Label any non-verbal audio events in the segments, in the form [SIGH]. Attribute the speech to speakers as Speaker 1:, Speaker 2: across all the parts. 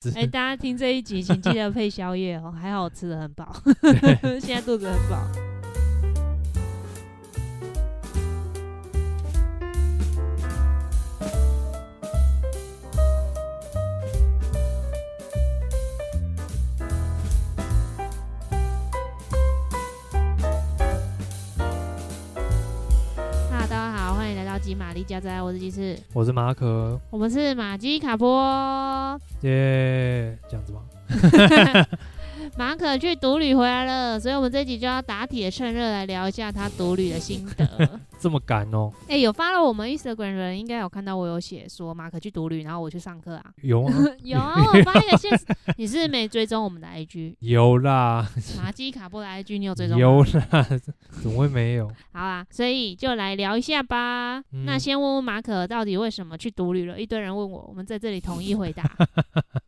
Speaker 1: 子。
Speaker 2: 哎、大家听这一集，请记得配宵夜哦，还好我吃的很饱，现在肚子很饱。哈喽，大家好，欢迎来到吉玛丽家宅，我是鸡翅，
Speaker 1: 我是马可，
Speaker 2: 我们是马基卡波。
Speaker 1: 耶、这样子吗？
Speaker 2: 马可去独旅回来了，所以我们这集就要打铁趁热来聊一下他独旅的心得。
Speaker 1: 这么赶哦？
Speaker 2: 哎、有发了我们 Instagram 的人应该有看到我有写说马可去独旅，然后我去上课
Speaker 1: [LAUGHS]
Speaker 2: 啊。[LAUGHS]
Speaker 1: 有吗？
Speaker 2: 有啊，我发一个现实，你是没追踪我们的 IG
Speaker 1: 有啦，
Speaker 2: 马基卡波的 IG，你有追踪吗？
Speaker 1: 有啦， [LAUGHS] 怎么会没有？
Speaker 2: 好啊，所以就来聊一下吧。
Speaker 1: 嗯
Speaker 2: 那先问问马可到底为什么去独旅了？一堆人问我，我们在这里统一回答。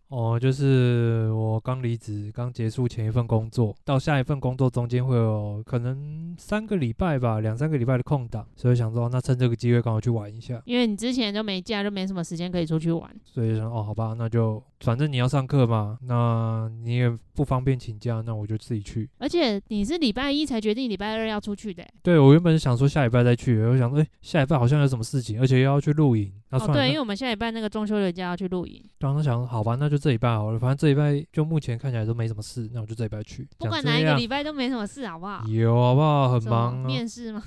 Speaker 1: 哦，就是我刚离职，刚结束前一份工作，到下一份工作中间会有可能三个礼拜吧，两三个礼拜的空档，所以想说，哦那趁这个机会刚好去玩一下，
Speaker 2: 因为你之前就没假，就没什么时间可以出去玩。
Speaker 1: 所以想哦，好吧，那就反正你要上课嘛，那你也不方便请假，那我就自己去。
Speaker 2: 而且你是礼拜一才决定礼拜二要出去的欸、
Speaker 1: 对我原本想说下礼拜再去，我想说，哎、下礼拜好像有什么事情，而且又要去露营，
Speaker 2: 哦，
Speaker 1: 那算了，
Speaker 2: 对，因
Speaker 1: 那
Speaker 2: 为我们下礼拜那个中秋连假要去露营，
Speaker 1: 当时想，好吧，那就这礼拜好了，反正这礼拜就目前看起来都没什么事，那我就这礼拜去。
Speaker 2: 不管
Speaker 1: 讲这
Speaker 2: 哪一个
Speaker 1: 样
Speaker 2: 礼拜都没什么事，好不好？
Speaker 1: 有好不好？很
Speaker 2: 什么
Speaker 1: 忙啊。
Speaker 2: 面试吗？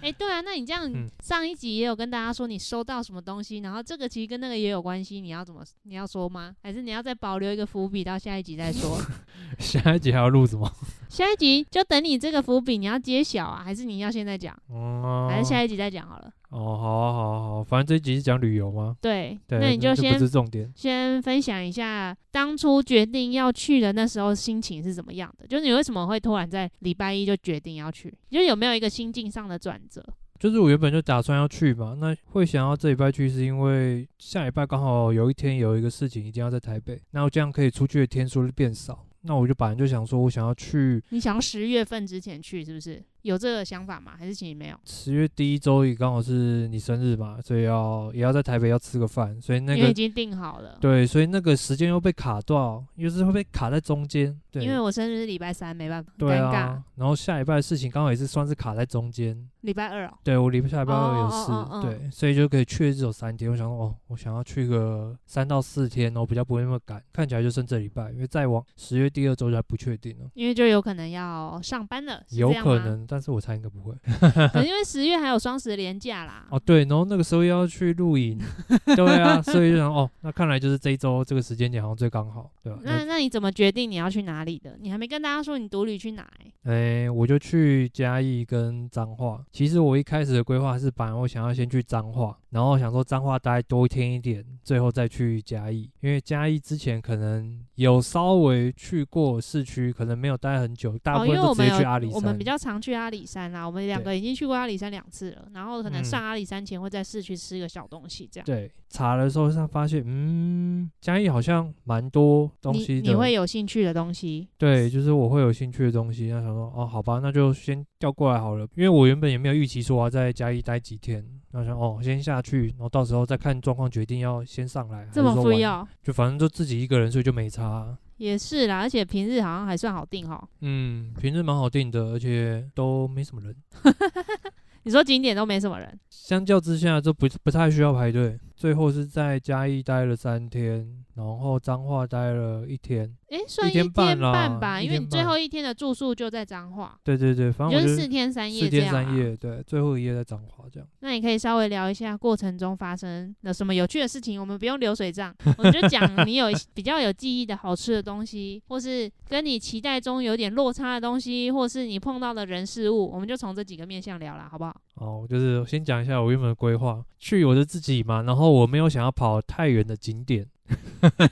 Speaker 2: 哎、对啊，那你这样、
Speaker 1: 嗯
Speaker 2: 上一集也有跟大家说你收到什么东西，然后这个其实跟那个也有关系，你要怎么你要说吗？还是你要再保留一个伏笔到下一集再
Speaker 1: [LAUGHS]
Speaker 2: 说？
Speaker 1: [LAUGHS] 下一集还要录什
Speaker 2: [LAUGHS]
Speaker 1: 么？
Speaker 2: 下一集就等你这个伏笔你要揭晓啊，还是你要现在讲，
Speaker 1: 哦、
Speaker 2: 还是下一集再讲好了？
Speaker 1: 哦，好啊，好啊，好啊，反正这一集是讲旅游吗？
Speaker 2: 对，
Speaker 1: 对，
Speaker 2: 那你就
Speaker 1: 这
Speaker 2: 先
Speaker 1: 不是重点。
Speaker 2: 先分享一下当初决定要去的那时候心情是怎么样的，就是你为什么会突然在礼拜一就决定要去，就是有没有一个心境上的转折？
Speaker 1: 就是我原本就打算要去嘛，那会想要这礼拜去，是因为下礼拜刚好有一天有一个事情一定要在台北，那我这样可以出去的天数就变少。那我就本来就想说，我想要去
Speaker 2: 你想十月份之前去是不是有这个想法吗？还是其实没有？
Speaker 1: 十月第一周也刚好是你生日嘛，所以要也要在台北要吃个饭，所以那
Speaker 2: 因为已
Speaker 1: 个
Speaker 2: 经定好了。
Speaker 1: 对，所以那个时间又被卡到，又是会被卡在中间，对，
Speaker 2: 因为我生日是礼拜三，没办法，很
Speaker 1: 对
Speaker 2: 尴尬
Speaker 1: 啊。，然后下礼拜的事情刚好也是算是卡在中间，
Speaker 2: 礼拜二哦，
Speaker 1: 对我礼拜下礼拜二有
Speaker 2: 哦
Speaker 1: 事，
Speaker 2: 哦哦哦
Speaker 1: 对，所以就可以去只有三天。我想说，哦，我想要去个三到四天，然后比较不会那么赶。看起来就剩这礼拜，因为再往十月第二周就还不确定了，
Speaker 2: 因为就有可能要上班了，是
Speaker 1: 有
Speaker 2: 这样
Speaker 1: 可
Speaker 2: 吗，
Speaker 1: 能，但是我猜应该不会。
Speaker 2: 可能因为十月还有双十连假啦。
Speaker 1: [LAUGHS] 哦，对，然后那个时候又要去
Speaker 2: [LAUGHS]
Speaker 1: 露营，对啊，所以就想哦，那看来就是这一周这个时间点好像最刚好，对吧、
Speaker 2: 那那你怎么决定你要去哪里的？你还没跟大家说你独旅去哪、欸？
Speaker 1: 那诶，我就去嘉义跟彰化。其实我一开始的规划是，本来我想要先去彰化，然后想说彰化待多一天一点，最后再去嘉义，因为嘉义之前可能有稍微去过市区，可能没有待很久，大
Speaker 2: 哦，
Speaker 1: 部
Speaker 2: 因为
Speaker 1: 分
Speaker 2: 我
Speaker 1: 都直
Speaker 2: 们
Speaker 1: 接
Speaker 2: 有
Speaker 1: 去阿里山。
Speaker 2: 我们比较常去阿里山啦。我们两个已经去过阿里山两次了，然后可能
Speaker 1: 嗯
Speaker 2: 上阿里山前会在市区吃个小东西这样。
Speaker 1: 对，查的时候上发现，嗯，嘉义好像蛮多东西
Speaker 2: 你
Speaker 1: 的。
Speaker 2: 你会有兴趣的东西，
Speaker 1: 对，就是我会有兴趣的东西，那想说哦，好吧，那就先调过来好了，因为我原本也没有预期说我要在嘉义待几天，那想哦，先下去，然后到时候再看状况决定要先上来，
Speaker 2: 这么
Speaker 1: 还是说
Speaker 2: 富
Speaker 1: 晚，
Speaker 2: 要
Speaker 1: 就反正就自己一个人，所以就没差啊。
Speaker 2: 也是啦。而且平日好像还算好哦定哈。
Speaker 1: 嗯，平日蛮好定的，而且都没什么人，
Speaker 2: 你说景点都没什么人，
Speaker 1: 相较之下就不不太需要排队。最后是在嘉义待了三天，然后彰化待了一天，
Speaker 2: 诶，算
Speaker 1: 一天半啦
Speaker 2: 半吧，
Speaker 1: 一
Speaker 2: 因为你
Speaker 1: 天
Speaker 2: 最
Speaker 1: 半
Speaker 2: 后一天的住宿就在彰化，
Speaker 1: 对对对，反
Speaker 2: 你
Speaker 1: 正
Speaker 2: 就
Speaker 1: 我就是
Speaker 2: 四天三夜
Speaker 1: 四
Speaker 2: 这
Speaker 1: 天
Speaker 2: 样、啊。
Speaker 1: 三夜，对，最后一夜在彰化这样。
Speaker 2: 那你可以稍微聊一下过程中发生了什么有趣的事情，我们不用流水
Speaker 1: [LAUGHS]
Speaker 2: 账，我们就讲你有一些比较有记忆的好吃的东西，或是跟你期待中有点落差的东西，或是你碰到的人事物，我们就从这几个面向聊啦，好不好？
Speaker 1: 哦，就是先讲一下我原本的规划，去我就自己嘛，然后我没有想要跑太远的景点， [LAUGHS]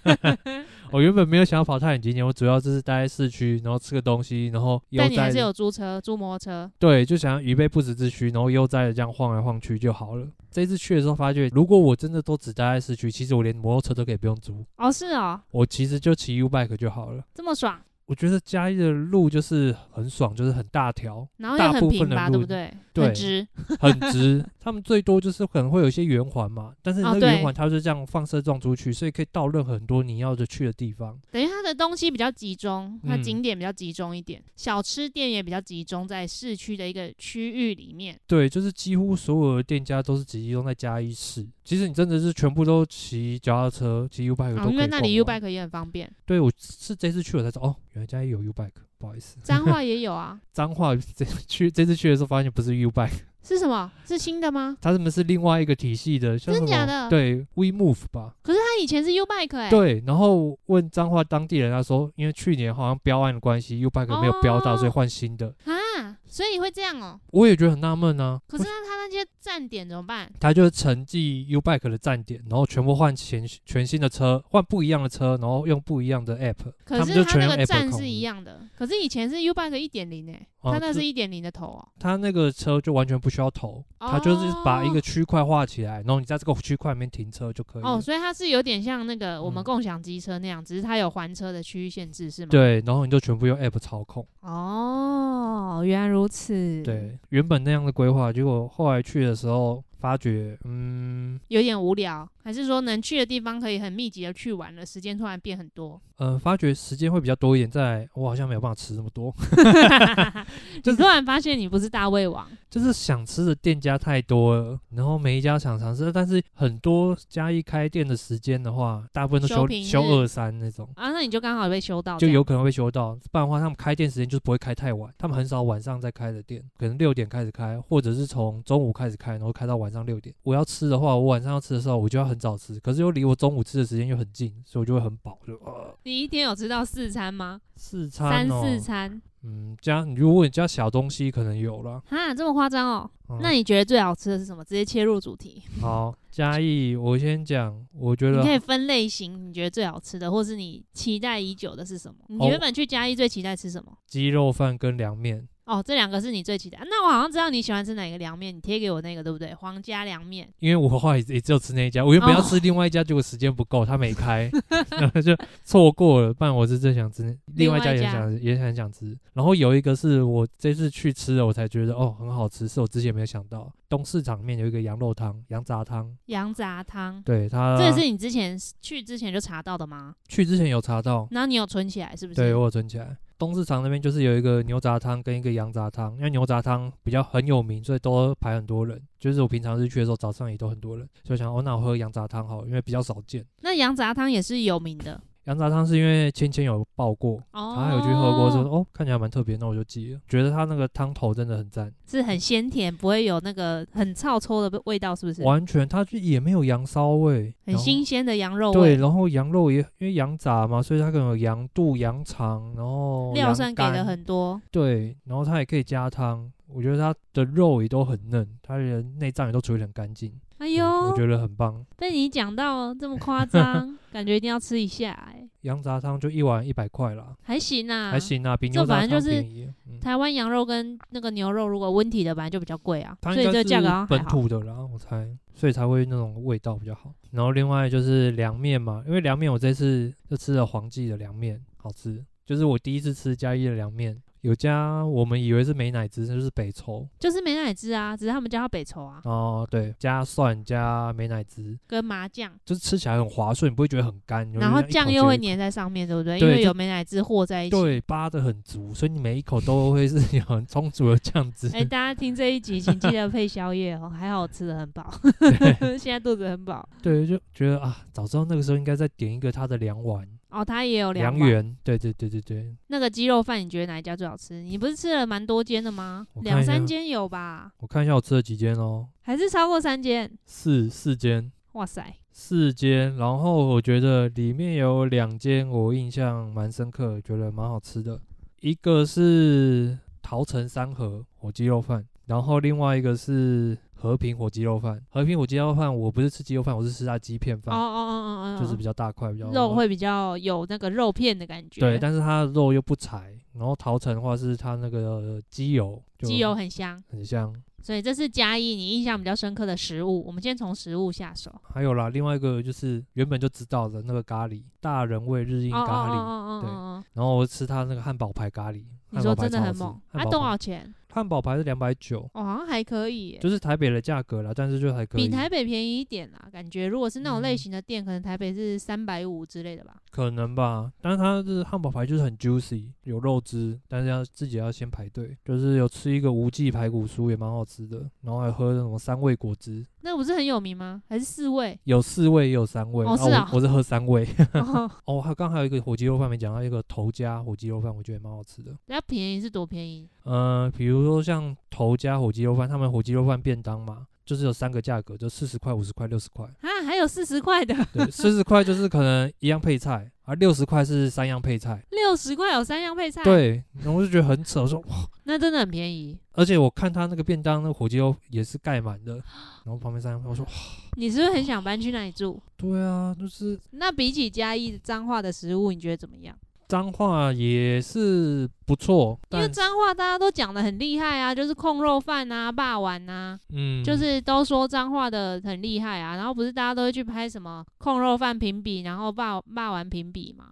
Speaker 1: 我原本没有想要跑太远景点，我主要就是待在市区，然后吃个东西，然后悠
Speaker 2: 但你还
Speaker 1: 哉
Speaker 2: 是
Speaker 1: 地
Speaker 2: 有租车、租摩托车，
Speaker 1: 对，就想要预备不时之需，然后悠哉的这样晃来晃去就好了。这一次去的时候发觉，如果我真的都只待在市区，其实我连摩托车都可以不用租，
Speaker 2: 哦，是哦，
Speaker 1: 我其实就骑 U bike 就好了。
Speaker 2: 这么爽，
Speaker 1: 我觉得嘉义的路就是很爽，就是很大条，
Speaker 2: 然后
Speaker 1: 大
Speaker 2: 又很
Speaker 1: 部
Speaker 2: 平
Speaker 1: 分的
Speaker 2: 吧，
Speaker 1: 路
Speaker 2: 对不对？
Speaker 1: 对
Speaker 2: 很直，
Speaker 1: 很直。 [LAUGHS] 他们最多就是可能会有一些圆环嘛，但是
Speaker 2: 哦
Speaker 1: 那个
Speaker 2: 对
Speaker 1: 圆环它是这样放射状出去，所以可以到任何很多你要的去的地方。
Speaker 2: 等于它的东西比较集中，它
Speaker 1: 嗯
Speaker 2: 景点比较集中一点，小吃店也比较集中在市区的一个区域里面。
Speaker 1: 对，就是几乎所有的店家都是集中在嘉义市。其实你真的是全部都骑脚踏车、骑 U bike 都
Speaker 2: 啊，
Speaker 1: 可以、
Speaker 2: 因为那里 U。bike 也很方便，
Speaker 1: 对，我是这次去我才知道，哦，原来嘉义有 U bike，不好意思。
Speaker 2: 彰化也有啊。
Speaker 1: 脏话这去 [LAUGHS] 这次去的时候发现不是 U bike，
Speaker 2: 是什么？是新的吗？
Speaker 1: 他们是另外一个体系的，像什
Speaker 2: 真
Speaker 1: 么
Speaker 2: 假的
Speaker 1: 对 We Move 吧。
Speaker 2: 可是它以前是 U bike 哎、
Speaker 1: 对，然后问彰化当地人，他说，因为去年好像标案的关系，U Bike 没有标到，所以
Speaker 2: 哦
Speaker 1: 换新的。
Speaker 2: 啊，所以会这样哦、
Speaker 1: 我也觉得很纳闷啊，
Speaker 2: 可是那它那些站点怎么办？
Speaker 1: 他就是承继 U Bike 的站点，然后全部换全全新的车，换不一样的车，然后用不一样的 App，
Speaker 2: 可
Speaker 1: 他
Speaker 2: 是
Speaker 1: 们就
Speaker 2: 它
Speaker 1: 全
Speaker 2: 那
Speaker 1: 用
Speaker 2: 个
Speaker 1: App
Speaker 2: 站
Speaker 1: 控
Speaker 2: 是一
Speaker 1: 制。
Speaker 2: 样的，可是以前是 U bike 一点零哎，
Speaker 1: 哦
Speaker 2: 它那
Speaker 1: 就是
Speaker 2: 一点零的头哦、
Speaker 1: 他那个车就完全不需要投，他就是把一个区块画起来，然后你在这个区块里面停车就可以了。
Speaker 2: 哦哦，所以它是有点像那个我们
Speaker 1: 嗯
Speaker 2: 共享机车那样，只是它有还车的区域限制，是吗？。
Speaker 1: 对，然后你就全部用 App 操控。
Speaker 2: 哦，原来如此。，
Speaker 1: 对，原本那样的规划，结果后来去的时候发觉，嗯，
Speaker 2: 有点无聊，还是说能去的地方可以很密集的去玩了，时间突然变很多？ [LAUGHS]
Speaker 1: 呃，发觉时间会比较多一点，再来我好像没有办法吃那么多， [LAUGHS] [LAUGHS]
Speaker 2: 你
Speaker 1: 就是
Speaker 2: 突然发现你不是大胃王，
Speaker 1: 就是想吃的店家太多了，然后每一家想尝试，但是很多嘉义开店的时间的话，大部分都
Speaker 2: 休
Speaker 1: 休
Speaker 2: 平
Speaker 1: 休
Speaker 2: 日
Speaker 1: 二三那种，
Speaker 2: 啊，那你就刚好被修到这
Speaker 1: 就
Speaker 2: 样，
Speaker 1: 有可能会休到，不然的话他们开店时间就是不会开太晚，他们很少晚上再开的店，可能六点开始开，或者是从中午开始开，然后开到晚上六点。我要吃的话，我晚上要吃的时候我就要很早吃，可是又离我中午吃的时间又很近，所以我就会很饱，就呃
Speaker 2: 你一天有吃到四餐吗？
Speaker 1: 四
Speaker 2: 三
Speaker 1: 餐、哦、
Speaker 2: 四餐，
Speaker 1: 嗯，加你如果你加小东西可能有啦。
Speaker 2: 哈，这么夸张哦？
Speaker 1: 嗯
Speaker 2: 那你觉得最好吃的是什么？直接切入主题，
Speaker 1: 好，嘉义，我先讲，我觉
Speaker 2: 你可以
Speaker 1: 得
Speaker 2: 分类型，你觉得最好吃的，或是你期待已久的是什么？你
Speaker 1: 哦
Speaker 2: 原本去嘉义最期待吃什么？
Speaker 1: 鸡肉饭跟凉面，
Speaker 2: 哦，这两个是你最期待。那我好像知道你喜欢吃哪个凉面，你贴给我那个对不对？皇家凉面。
Speaker 1: 因为我后来也也只有吃那一家，我原本要
Speaker 2: 哦
Speaker 1: 吃另外一家，结果时间
Speaker 2: [LAUGHS]
Speaker 1: 不够，他没开， [LAUGHS] 然后就错过了。不然我是真想吃另外一家，也
Speaker 2: 另外一家
Speaker 1: 想也很想吃。然后有一个是我这次去吃的，我才觉得哦很好吃，是我之前没有想到。东市场面有一个羊肉汤、羊杂汤，
Speaker 2: 羊杂汤，
Speaker 1: 对它
Speaker 2: 这也是你之前去之前就查到的吗？
Speaker 1: 去之前有查到，
Speaker 2: 然后你有存起来是不是？
Speaker 1: 对，我有存起来。东市场那边就是有一个牛杂汤跟一个羊杂汤，因为牛杂汤比较很有名，所以都排很多人。就是我平常日去的时候，早上也都很多人，所以我想哦，那我喝羊杂汤好了，因为比较少见。
Speaker 2: 那羊杂汤也是有名的
Speaker 1: 羊杂汤是因为芊芊有爆过，
Speaker 2: 哦。
Speaker 1: 她还有去喝过，说哦看起来蛮特别，那我就记了。觉得它那个汤头真的很赞，
Speaker 2: 是很鲜甜，不会有那个很臭臭的味道，是不是？
Speaker 1: 完全它就也没有羊骚味，
Speaker 2: 很
Speaker 1: 然后
Speaker 2: 新鲜的羊肉
Speaker 1: 对，
Speaker 2: 味，
Speaker 1: 然后羊肉也因为羊杂嘛，所以它可能有羊肚、羊肠，然后
Speaker 2: 料
Speaker 1: 羊
Speaker 2: 算给
Speaker 1: 肝
Speaker 2: 的很多。
Speaker 1: 对，然后它也可以加汤，我觉得它的肉也都很嫩，它的内脏也都处理得很干净，
Speaker 2: 哎
Speaker 1: 嗯我
Speaker 2: 呦，
Speaker 1: 觉得很棒。
Speaker 2: 被你讲到这么夸
Speaker 1: [LAUGHS]
Speaker 2: 张，感觉一定要吃一下哎、
Speaker 1: 羊杂汤就一碗一百块啦，
Speaker 2: 还行啊，
Speaker 1: 还。行啊，比
Speaker 2: 这
Speaker 1: 牛杂
Speaker 2: 反正
Speaker 1: 汤
Speaker 2: 就是
Speaker 1: 便宜。嗯，
Speaker 2: 台湾羊肉跟那个牛肉，如果温体的本来就比较贵啊，
Speaker 1: 它
Speaker 2: 所以
Speaker 1: 应
Speaker 2: 这
Speaker 1: 该
Speaker 2: 个价格好
Speaker 1: 是
Speaker 2: 像
Speaker 1: 本
Speaker 2: 还好。
Speaker 1: 土的啦，我猜，所以才会那种味道比较好。然后另外就是凉面嘛，因为凉面我这次就吃了黄记的凉面，好吃，就是我第一次吃嘉义的凉面。有家我们以为是美乃滋，那就是北抽
Speaker 2: 就是美乃滋啊，只是他们叫它北丑啊，
Speaker 1: 哦，对，加蒜加美乃滋，
Speaker 2: 跟麻酱，
Speaker 1: 就是吃起来很滑顺，你不会觉得很干。
Speaker 2: 然后
Speaker 1: 你就这样
Speaker 2: 酱
Speaker 1: 一口
Speaker 2: 又会
Speaker 1: 接
Speaker 2: 粘在上面，对不对？因
Speaker 1: 对
Speaker 2: 为
Speaker 1: 就
Speaker 2: 有美乃滋和在一
Speaker 1: 一口。
Speaker 2: 起。
Speaker 1: 对，扒的很足，所以你每一口都会是 [LAUGHS] 有很充足的酱汁。
Speaker 2: 哎、大家听这一集，请记得配宵夜哦，还好我吃的很
Speaker 1: [LAUGHS]
Speaker 2: 饱， [LAUGHS] 现在肚子很饱。
Speaker 1: [LAUGHS] 对，就觉得啊，早知道那个时候应该再点一个它的凉丸、
Speaker 2: 哦，它也有两
Speaker 1: 凉
Speaker 2: 碗
Speaker 1: 圆。对对对对对，
Speaker 2: 那个鸡肉饭，你觉得哪一家最好吃？你不是吃了蛮多间的吗
Speaker 1: 我？看一
Speaker 2: 两
Speaker 1: 下
Speaker 2: 三间有吧？
Speaker 1: 我看一下我吃了几间哦，
Speaker 2: 还是超过三间？
Speaker 1: 四四间，
Speaker 2: 哇塞，
Speaker 1: 四间。然后我觉得里面有两间我印象蛮深刻，觉得蛮好吃的，一个是桃城三和火鸡肉饭，然后另外一个是。和平火鸡肉饭，和平火鸡肉饭，我不是吃鸡肉饭，我是吃它鸡片
Speaker 2: 哦
Speaker 1: 饭。
Speaker 2: 哦哦哦哦，
Speaker 1: 就是比较大块，比较
Speaker 2: 肉会比较有那个肉片的感觉，
Speaker 1: 对，但是它的肉又不柴。然后桃城的话是它那个鸡油，就
Speaker 2: 鸡油很香。
Speaker 1: 很香，
Speaker 2: 所以这是嘉义你印象比较深刻的食物。我们先从食物下手。
Speaker 1: 还有啦，另外一个就是原本就知道的那个咖喱，大人味日印
Speaker 2: 哦哦
Speaker 1: 咖喱，
Speaker 2: 哦哦哦
Speaker 1: 对
Speaker 2: 哦，
Speaker 1: 然后我吃他那个汉堡排咖喱，
Speaker 2: 你
Speaker 1: 汉
Speaker 2: 说
Speaker 1: 堡排
Speaker 2: 真的
Speaker 1: 超好
Speaker 2: 很
Speaker 1: 吃
Speaker 2: 猛。啊，
Speaker 1: 汉堡
Speaker 2: 多
Speaker 1: 排
Speaker 2: 少钱？
Speaker 1: 汉堡排是两百九，
Speaker 2: 哦，好像还可以耶，
Speaker 1: 就是台北的价格啦，但是就还可以。
Speaker 2: 比台北便宜一点啦。感觉如果是那种类
Speaker 1: 嗯
Speaker 2: 型的店，可能台北是三百五之类的吧。
Speaker 1: 可能吧，但是它是汉堡排就是很 juicy，有肉汁，但是要自己要先排队。就是有吃一个无记排骨酥也蛮好吃的，然后还喝那种三味果汁，
Speaker 2: 那不是很有名吗？还是四位？
Speaker 1: 有四味也有三味。
Speaker 2: 哦是啊
Speaker 1: 我我是喝三
Speaker 2: [LAUGHS]
Speaker 1: 味。
Speaker 2: 哦，
Speaker 1: [LAUGHS] 哦，还有刚还有一个火鸡肉饭没讲到，一个头家火鸡肉饭，我觉得也蛮好吃的。
Speaker 2: 那便宜是多便宜？
Speaker 1: 呃，比如说像头家火鸡肉饭，他们火鸡肉饭便当嘛，就是有三个价格，就四十块、五十块、六十块。
Speaker 2: 啊，还有四十块的，
Speaker 1: 对，四十块就是可能一样配菜，而六十块是三样配菜。
Speaker 2: 六十块有三样配菜，，
Speaker 1: 对，然后我就觉得很扯，我说
Speaker 2: 那真的很便宜。
Speaker 1: 而且我看他那个便当，那个火鸡肉也是盖
Speaker 2: [GASPS]
Speaker 1: 满的，然后旁边三样饭，我说哇
Speaker 2: 你是不是很想搬去那里住？
Speaker 1: 对啊，就是
Speaker 2: 那比起嘉义彰化的食物，你觉得怎么样？
Speaker 1: 脏话也是不错，
Speaker 2: 因为
Speaker 1: 但
Speaker 2: 彰化大家都讲的很厉害啊，就是控肉饭啊、霸丸啊，
Speaker 1: 嗯，
Speaker 2: 就是都说彰化的很厉害啊。然后不是大家都会去拍什么控肉饭评比，然后霸霸丸评比嘛？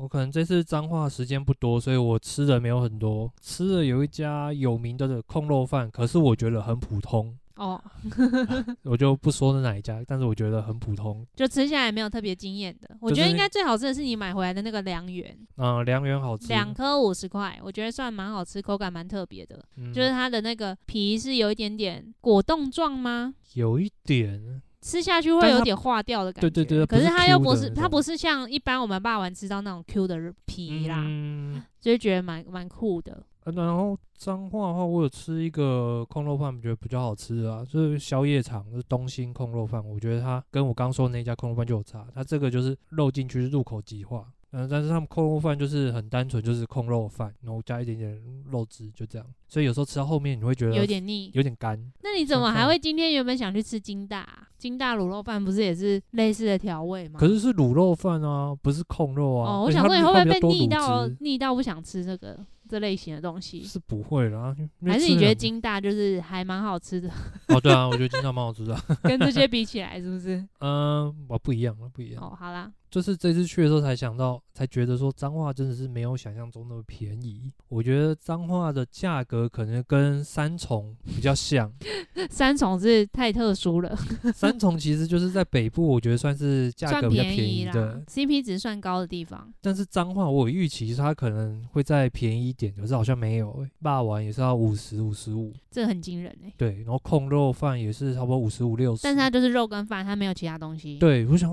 Speaker 1: 我可能这次脏话时间不多，所以我吃的没有很多，吃的有一家有名的控肉饭，可是我觉得很普通，
Speaker 2: 哦，
Speaker 1: 我就不说是哪一家，但是我觉得很普通。
Speaker 2: 就吃下来没有特别惊艳的。我
Speaker 1: 就
Speaker 2: 觉得
Speaker 1: 是
Speaker 2: 应该最好吃的是你买回来的那个良缘，
Speaker 1: 嗯、良缘好吃，
Speaker 2: 两颗五十块，我觉得算蛮好吃，口感蛮特别的。
Speaker 1: 嗯
Speaker 2: 就是它的那个皮是有一点点果冻状吗？
Speaker 1: 有一点，
Speaker 2: 吃下去会
Speaker 1: 但是
Speaker 2: 有
Speaker 1: 它
Speaker 2: 点化掉的感觉。
Speaker 1: 对对对
Speaker 2: 可
Speaker 1: 不是
Speaker 2: 它又
Speaker 1: Q
Speaker 2: 不
Speaker 1: 的
Speaker 2: 是，
Speaker 1: 那
Speaker 2: 它
Speaker 1: 种
Speaker 2: 不是像一般我们霸王吃到那种 Q 的皮啦，
Speaker 1: 嗯
Speaker 2: 就会觉得蛮蛮酷的。
Speaker 1: 呃然后彰化的话，我有吃一个控肉饭，觉得比较好吃的啊，就是宵夜场，就是东兴控肉饭。我觉得它跟我刚说的那家控肉饭就有差，它这个就是肉进去入口即化。嗯，但是他们控肉饭就是很单纯，就是控肉饭，然后加一点点肉汁，就这样。所以有时候吃到后面你会觉得
Speaker 2: 有点腻，
Speaker 1: 啊有点干，
Speaker 2: 那你怎么
Speaker 1: 像
Speaker 2: 还
Speaker 1: 饭
Speaker 2: 会今天原本想去吃金大啊、金大卤肉饭不是也是类似的调味吗？
Speaker 1: 可是是卤肉饭啊，不是控肉啊。
Speaker 2: 哦，我
Speaker 1: 而且
Speaker 2: 想
Speaker 1: 它
Speaker 2: 说你
Speaker 1: 比
Speaker 2: 会不
Speaker 1: 它
Speaker 2: 会
Speaker 1: 比较
Speaker 2: 被
Speaker 1: 多
Speaker 2: 腻
Speaker 1: 卤
Speaker 2: 到
Speaker 1: 汁
Speaker 2: 腻到不想吃这个这类型的东西，
Speaker 1: 是不会啦，因为
Speaker 2: 还是
Speaker 1: 吃
Speaker 2: 你
Speaker 1: 啊了
Speaker 2: 觉得
Speaker 1: 很
Speaker 2: 金大就是还蛮好吃的，
Speaker 1: 哦？对啊，我觉得金大蛮好吃的。
Speaker 2: 跟这些比起来是不是？
Speaker 1: [LAUGHS] 嗯，我不一样了，不一样。
Speaker 2: 哦，好啦，
Speaker 1: 就是这次去的时候才想到，才觉得说彰化真的是没有想象中那么便宜。我觉得彰化的价格可能跟三重比
Speaker 2: [LAUGHS]
Speaker 1: 较像，
Speaker 2: 三重是太特殊了。
Speaker 1: 三重其实就是在北部，我觉得算是价
Speaker 2: 算
Speaker 1: 格比较
Speaker 2: 便
Speaker 1: 便宜
Speaker 2: 宜
Speaker 1: 的
Speaker 2: 啦。，CP 值算高的地方。
Speaker 1: 但是彰化我有预期它可能会再便宜一点，可是好像没有、欸。霸王也是要五十五十五，
Speaker 2: 这很惊人哎、
Speaker 1: 对，然后控肉饭也是差不多五十五六十。
Speaker 2: 但是它就是肉跟饭，它没有其他东西。，
Speaker 1: 对，我想，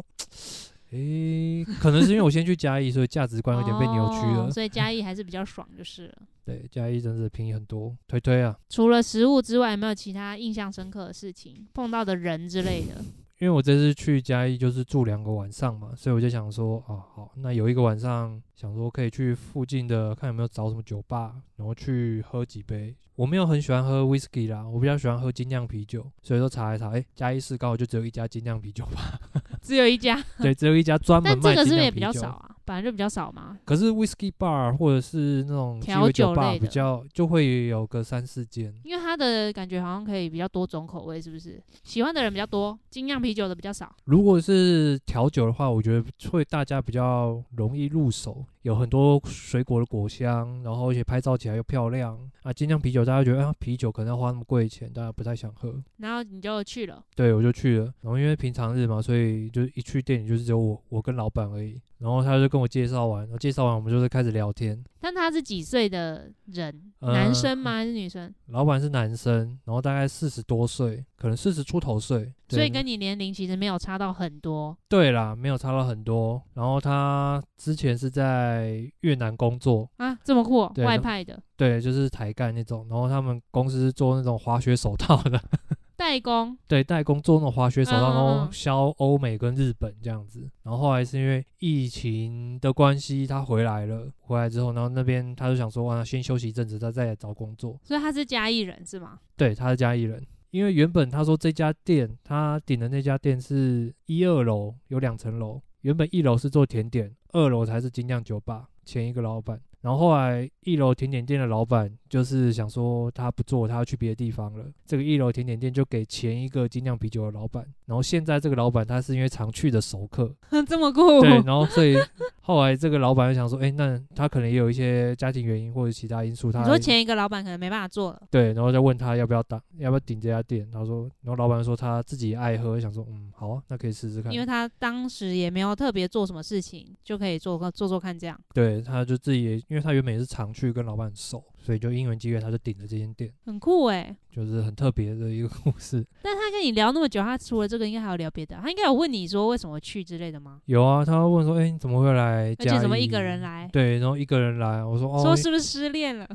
Speaker 1: 诶、可能是因为我先去嘉义，所以价值观有点被扭曲了。
Speaker 2: 哦、所以嘉义还是比较爽就是了。
Speaker 1: 对，嘉义真是便宜很多，推推啊！
Speaker 2: 除了食物之外，有没有其他印象深刻的事情？碰到的人之类的？
Speaker 1: 因为我这次去嘉义就是住两个晚上嘛，所以我就想说，啊，好，那有一个晚上想说可以去附近的看有没有找什么酒吧，然后去喝几杯。我没有很喜欢喝 whisky 啦，我比较喜欢喝精酿啤酒，所以说查一查，哎、嘉义市刚好就只有一家精酿啤酒吧， [LAUGHS]
Speaker 2: 只有一家，
Speaker 1: 对，只有一家专门
Speaker 2: 但这
Speaker 1: 卖
Speaker 2: 个是不
Speaker 1: 精
Speaker 2: 是也
Speaker 1: 酿
Speaker 2: 比
Speaker 1: 啤
Speaker 2: 较
Speaker 1: 酒。
Speaker 2: 少啊？本来就比较少嘛。
Speaker 1: 可是 whisky bar 或者是那种鸡
Speaker 2: 调
Speaker 1: 尾
Speaker 2: 酒
Speaker 1: 酒吧
Speaker 2: 类的
Speaker 1: 比较就会有个三四间，
Speaker 2: 因为它的感觉好像可以比较多种口味，是不是？喜欢的人比较多，精酿啤酒的比较少。
Speaker 1: 如果是调酒的话，我觉得会大家比较容易入手，有很多水果的果香，然后而且拍照起来又漂亮啊。精酿啤酒大家觉得啊，啤酒可能要花那么贵的钱，大家不太想喝。
Speaker 2: 然后你就去了，
Speaker 1: 对，我就去了，然后因为平常日嘛，所以就一去店里就是只有我我跟老板而已。然后他就跟我介绍完，然后介绍完我们就是开始聊天。
Speaker 2: 但他是几岁的人？
Speaker 1: 呃
Speaker 2: 男生吗？还是女生？
Speaker 1: 老板是男生，然后大概四十多岁，可能四十出头岁，对
Speaker 2: 所以跟你年龄其实没有差到很多。
Speaker 1: 对啦，没有差到很多。然后他之前是在越南工作，
Speaker 2: 啊，这么酷哦、
Speaker 1: 对
Speaker 2: 外
Speaker 1: 那
Speaker 2: 派的
Speaker 1: 对，就是台干那种。然后他们公司是做那种滑雪手套的， [LAUGHS]
Speaker 2: 代工，
Speaker 1: 对，代工做那种滑雪手套，然
Speaker 2: 嗯嗯
Speaker 1: 后
Speaker 2: 嗯
Speaker 1: 销欧美跟日本这样子。然后后来是因为疫情的关系，他回来了。回来之后，然后那边他就想说，啊，先休息一阵子，他再来找工作。
Speaker 2: 所以他是嘉义人是吗？ [LAUGHS]
Speaker 1: 对，他是嘉义人。因为原本他说这家店，他顶的那家店是一二楼，有两层楼。原本一楼是做甜点，二楼才是精酿酒吧。前一个老板，然后后来一楼甜点店的老板就是想说他不做，他要去别的地方了。这个一楼甜点店就给前一个精酿啤酒的老板，然后现在这个老板他是因为常去的熟
Speaker 2: [LAUGHS]
Speaker 1: 客，
Speaker 2: 这么酷，
Speaker 1: 对，然后所以后来这个老板就想说，哎、那他可能也有一些家庭原因或者其他因素，他
Speaker 2: 你说前一个老板可能没办法做了，
Speaker 1: 对，然后再问他要不要打，要不要顶这家店，他说，然后老板说他自己爱喝，想说，嗯，好啊，那可以试试看
Speaker 2: 因，为他当时也没有特别做什么事情，就可以做个做做看这样。
Speaker 1: 对，他就自己也，因为他原本也是常去跟老板很熟，所以就因缘机会他就顶了这间店，
Speaker 2: 很酷哎、
Speaker 1: 就是很特别的一个 [LAUGHS] 故事。
Speaker 2: 但他跟你聊那么久，他除了这个应该还有聊别的啊，他应该有问你说为什么去之类的吗？
Speaker 1: 有啊，他问说：“哎、你怎么会来？
Speaker 2: 而且怎么一个人？”来，
Speaker 1: 对，然后一个人来，我说：“哦，
Speaker 2: 说是不是失恋了？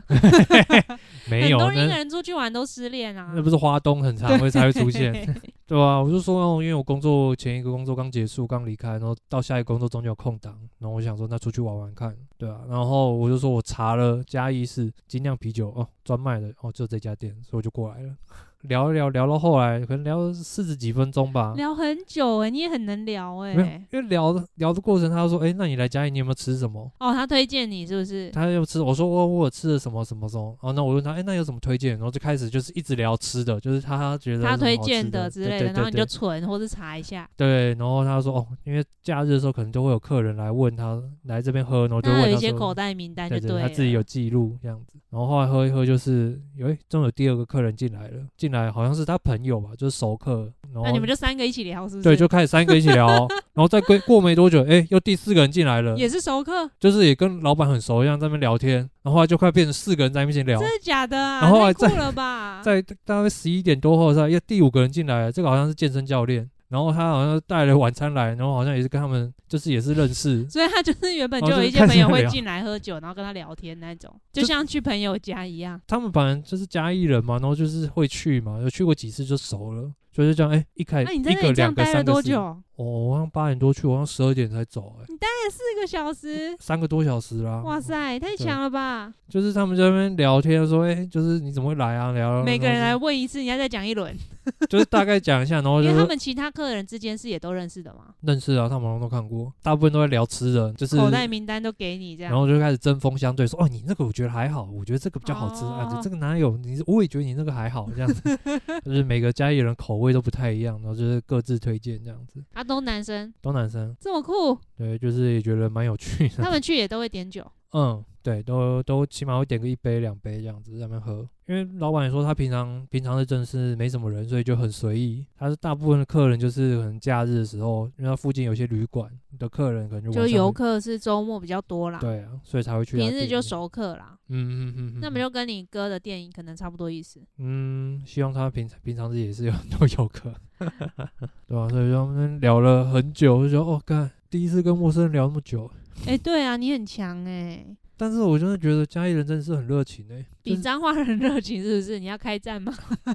Speaker 1: 没有，
Speaker 2: 很多人一个
Speaker 1: 那
Speaker 2: 人出去玩都失恋啊。
Speaker 1: 那不是花东很常会才会出
Speaker 2: [LAUGHS]
Speaker 1: 现，对啊？我就说哦，因为我工作前一个工作刚结束，刚离开，然后到下一个工作中间有空档，然后我想说那出去玩玩看，对啊。然后我就说我查了嘉义市精酿啤酒哦，专卖的哦，就这家店，所以我就过来了。聊一聊，聊到后来可能聊四十几分钟吧，
Speaker 2: 聊很久哎、你也很能聊哎、
Speaker 1: 啊没有，因为聊的聊的过程，他就说：“哎、那你来嘉义，你有没有吃什么？”
Speaker 2: 哦，他推荐你是不是？
Speaker 1: 他又吃，我说哦我我有吃了什么什么什么，哦，那我问他，哎、那有什么推荐？然后就开始就是一直聊吃的，就是他觉得有
Speaker 2: 他
Speaker 1: 什么
Speaker 2: 推
Speaker 1: 好吃
Speaker 2: 荐
Speaker 1: 的
Speaker 2: 之类
Speaker 1: 的，对对
Speaker 2: 然后你就
Speaker 1: 对
Speaker 2: 存或是查一下。
Speaker 1: 对，然后他说哦，因为假日的时候可能都会有客人来问他来这边喝，然后就
Speaker 2: 那他
Speaker 1: 问
Speaker 2: 有一
Speaker 1: 他
Speaker 2: 些
Speaker 1: 说，
Speaker 2: 口袋名单就
Speaker 1: 对对，
Speaker 2: 了
Speaker 1: 他自己有记录这样子，然后后来喝一喝就是，有哎，终于有第二个客人进来了，进来好像是他朋友吧，就是熟客，然后
Speaker 2: 那你们就三个一起聊是不是？
Speaker 1: 哦对就开始三个一起聊，哦然后再过过没多久，哎，又第四个人进来了，
Speaker 2: 也是熟客，
Speaker 1: 就是也跟老板很熟一样，在那边聊天，然后后来就快变成四个人在那边聊。
Speaker 2: 真的假的啊？
Speaker 1: 然后还
Speaker 2: 太酷了吧？，
Speaker 1: [LAUGHS] 在大概十一点多后，在第五个人进来了，这个好像是健身教练，然后他好像带了晚餐来，然后好像也是跟他们就是也是认
Speaker 2: [LAUGHS]
Speaker 1: 识
Speaker 2: [LAUGHS] 所以他就是原本
Speaker 1: 哦
Speaker 2: 就有
Speaker 1: 就是
Speaker 2: 一些
Speaker 1: 看
Speaker 2: 朋
Speaker 1: 着
Speaker 2: 友会
Speaker 1: 聊
Speaker 2: 进来喝酒，然后跟他聊天那种，就
Speaker 1: 就
Speaker 2: 像去朋友家一样。
Speaker 1: 他们本来就是嘉义人嘛，然后就是会去嘛，有去过几次就熟了，所以就这样，哎、一开
Speaker 2: 那啊
Speaker 1: 始
Speaker 2: 你在
Speaker 1: 一
Speaker 2: 那
Speaker 1: 个
Speaker 2: 里这
Speaker 1: 两
Speaker 2: 样
Speaker 1: 个
Speaker 2: 待了
Speaker 1: 三个
Speaker 2: 多
Speaker 1: 四
Speaker 2: 久？
Speaker 1: 个？哦，我好像八点多去，我好像十二点才走、哎，
Speaker 2: 四个小
Speaker 1: [LAUGHS]
Speaker 2: 时。
Speaker 1: 三个多小时啦。
Speaker 2: 哇塞，太
Speaker 1: 对
Speaker 2: 强了吧！
Speaker 1: 就是他们在那边聊天说，哎、就是你怎么会来啊？聊
Speaker 2: 每个人来
Speaker 1: 然后
Speaker 2: 问一次，你要再讲一轮，
Speaker 1: 就就是大概讲一下，然后
Speaker 2: 因
Speaker 1: 就
Speaker 2: 为他
Speaker 1: 是
Speaker 2: 们其他客人之间是也都认识的嘛，
Speaker 1: 认识啊，他们好像都看过，大部分都在聊吃的，就是
Speaker 2: 口袋名单都给你这
Speaker 1: 然
Speaker 2: 样。
Speaker 1: 后就开始针锋相对，说：“哦，你那个我觉得还好，我觉得这个比较好吃、啊，
Speaker 2: 哦
Speaker 1: 这这个哪有？你我也觉得你那个还好，这样
Speaker 2: [LAUGHS]
Speaker 1: 子，就是每个家里人口味都不太一样，然后就是各自推荐这样子。
Speaker 2: 啊，都男生，
Speaker 1: 都男生
Speaker 2: 这么酷，
Speaker 1: 对，就是也觉得蛮有趣
Speaker 2: 他
Speaker 1: 的，
Speaker 2: 们去也都会点酒，
Speaker 1: 嗯，对，都都起码会点个一杯两杯这样子在那边喝，因为老板也说他平常平常是真的是没什么人，所以就很随意。他是大部分的客人就是可能假日的时候，因为他附近有些旅馆的客人可能就
Speaker 2: 就
Speaker 1: 晚上
Speaker 2: 游
Speaker 1: 会
Speaker 2: 客是周末比较多啦，
Speaker 1: 对啊，所以才会去他
Speaker 2: 平
Speaker 1: 店里。
Speaker 2: 日就熟客啦。
Speaker 1: 嗯，嗯嗯嗯嗯，
Speaker 2: 那么就跟你哥的电影可能差不多意
Speaker 1: [LAUGHS]
Speaker 2: 思。
Speaker 1: 嗯，希望他平常平常自己也是有很多游客， [LAUGHS] 对吧、啊所以就我们聊了很久，就觉得哦，干，第一次跟陌生人聊那么久，
Speaker 2: 哎、对啊，你很强哎、
Speaker 1: 但是我真的觉得嘉义人真的是很热情欸诶、
Speaker 2: 比
Speaker 1: 就是
Speaker 2: 彰化人热情是不是？你要开战吗？ [LAUGHS]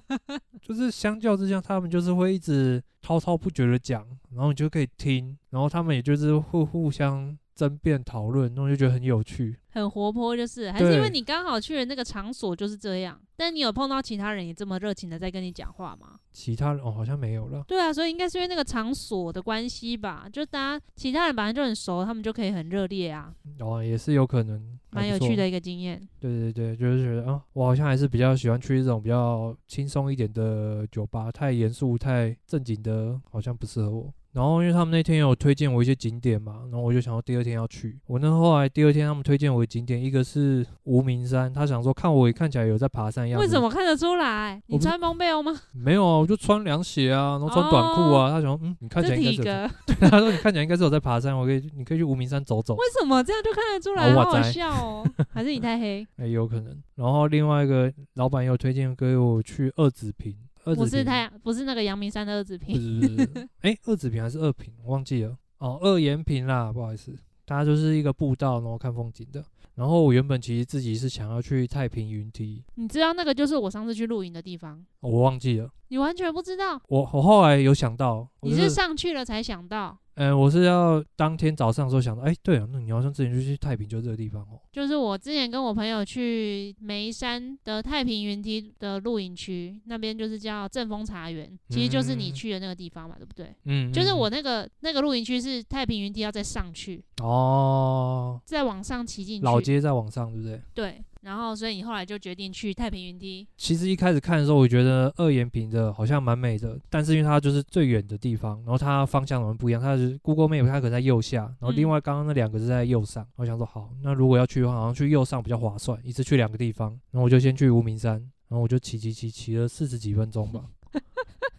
Speaker 1: 就是相较之下，他们就是会一直滔滔不绝的讲，然后你就可以听，然后他们也就是会互相争辩讨论，那我就觉得很有趣。
Speaker 2: 很活泼就是，还是因为
Speaker 1: 对
Speaker 2: 你刚好去的那个场所就是这样。但你有碰到其他人也这么热情的在跟你讲话吗？
Speaker 1: 其他人哦，好像没有了。
Speaker 2: 对啊，所以应该是因为那个场所的关系吧，就大家其他人本来就很熟，他们就可以很热烈啊，
Speaker 1: 哦，也是有可能，还
Speaker 2: 蛮有
Speaker 1: 不错
Speaker 2: 趣的一个经验。
Speaker 1: 对对对，就是觉得啊，我好像还是比较喜欢去这种比较轻松一点的酒吧，太严肃、太正经的，好像不适合我。然后因为他们那天有推荐我一些景点嘛，然后我就想到第二天要去。我那后来第二天他们推荐我的景点，一个是无名山，他想说看我看起来有在爬山一样子，
Speaker 2: 为什么看得出来？
Speaker 1: 我
Speaker 2: 你
Speaker 1: 不是
Speaker 2: 穿蒙贝欧吗？
Speaker 1: 没有啊？我就穿凉鞋啊，然后穿短裤啊。他想说嗯，你看起
Speaker 2: 哦这
Speaker 1: 来应该
Speaker 2: 体
Speaker 1: 是有在，
Speaker 2: 格
Speaker 1: [LAUGHS] 他说你看起来应该是有在爬山，我可以你可以去无名山走走。
Speaker 2: 为什么这样就看得出来？
Speaker 1: 哦
Speaker 2: 好
Speaker 1: 哇
Speaker 2: 好
Speaker 1: 塞
Speaker 2: 笑
Speaker 1: [LAUGHS]
Speaker 2: 哦，还是你太黑？
Speaker 1: 也、哎有可能。然后另外一个老板又推荐给我去二子坪，二子
Speaker 2: 不是
Speaker 1: 坪
Speaker 2: 太不是那个阳明山的二子
Speaker 1: 不
Speaker 2: 坪，
Speaker 1: 是不是不是，哎、二子坪还是二坪，我忘记了。哦，二延坪啦，不好意思，它就是一个步道，然后看风景的。然后我原本其实自己是想要去太平云梯，
Speaker 2: 你知道那个就是我上次去露营的地方，
Speaker 1: 哦我忘记了。
Speaker 2: 你完全不知道，
Speaker 1: 我我后来有想到，我
Speaker 2: 你
Speaker 1: 就是
Speaker 2: 上去了才想到。
Speaker 1: 哎、嗯，我是要当天早上的时候想到，哎、对啊，那你好像之前就去太平，就这个地方哦。
Speaker 2: 就是我之前跟我朋友去眉山的太平云梯的露营区，那边就是叫正风茶园，其实就是你
Speaker 1: 嗯
Speaker 2: 去的那个地方嘛，对不对？
Speaker 1: 嗯，
Speaker 2: 就是
Speaker 1: 嗯
Speaker 2: 我那个那个露营区是太平云梯要再上去，
Speaker 1: 哦，
Speaker 2: 再往上骑进去。
Speaker 1: 老街在往上，对不对？
Speaker 2: 对，然后所以你后来就决定去太平云梯。
Speaker 1: 其实一开始看的时候，我觉得二眼平的好像蛮美的，但是因为它就是最远的地方，然后它方向好像不一样，它是 Google Map 它可能在右下，然
Speaker 2: 嗯
Speaker 1: 后另外刚刚那两个是在右上。我想说好，那如果要去的话，好像去右上比较划算，一次去两个地方。然后我就先去无名山，然后我就骑骑骑骑了四十几分
Speaker 2: [LAUGHS]
Speaker 1: 钟吧，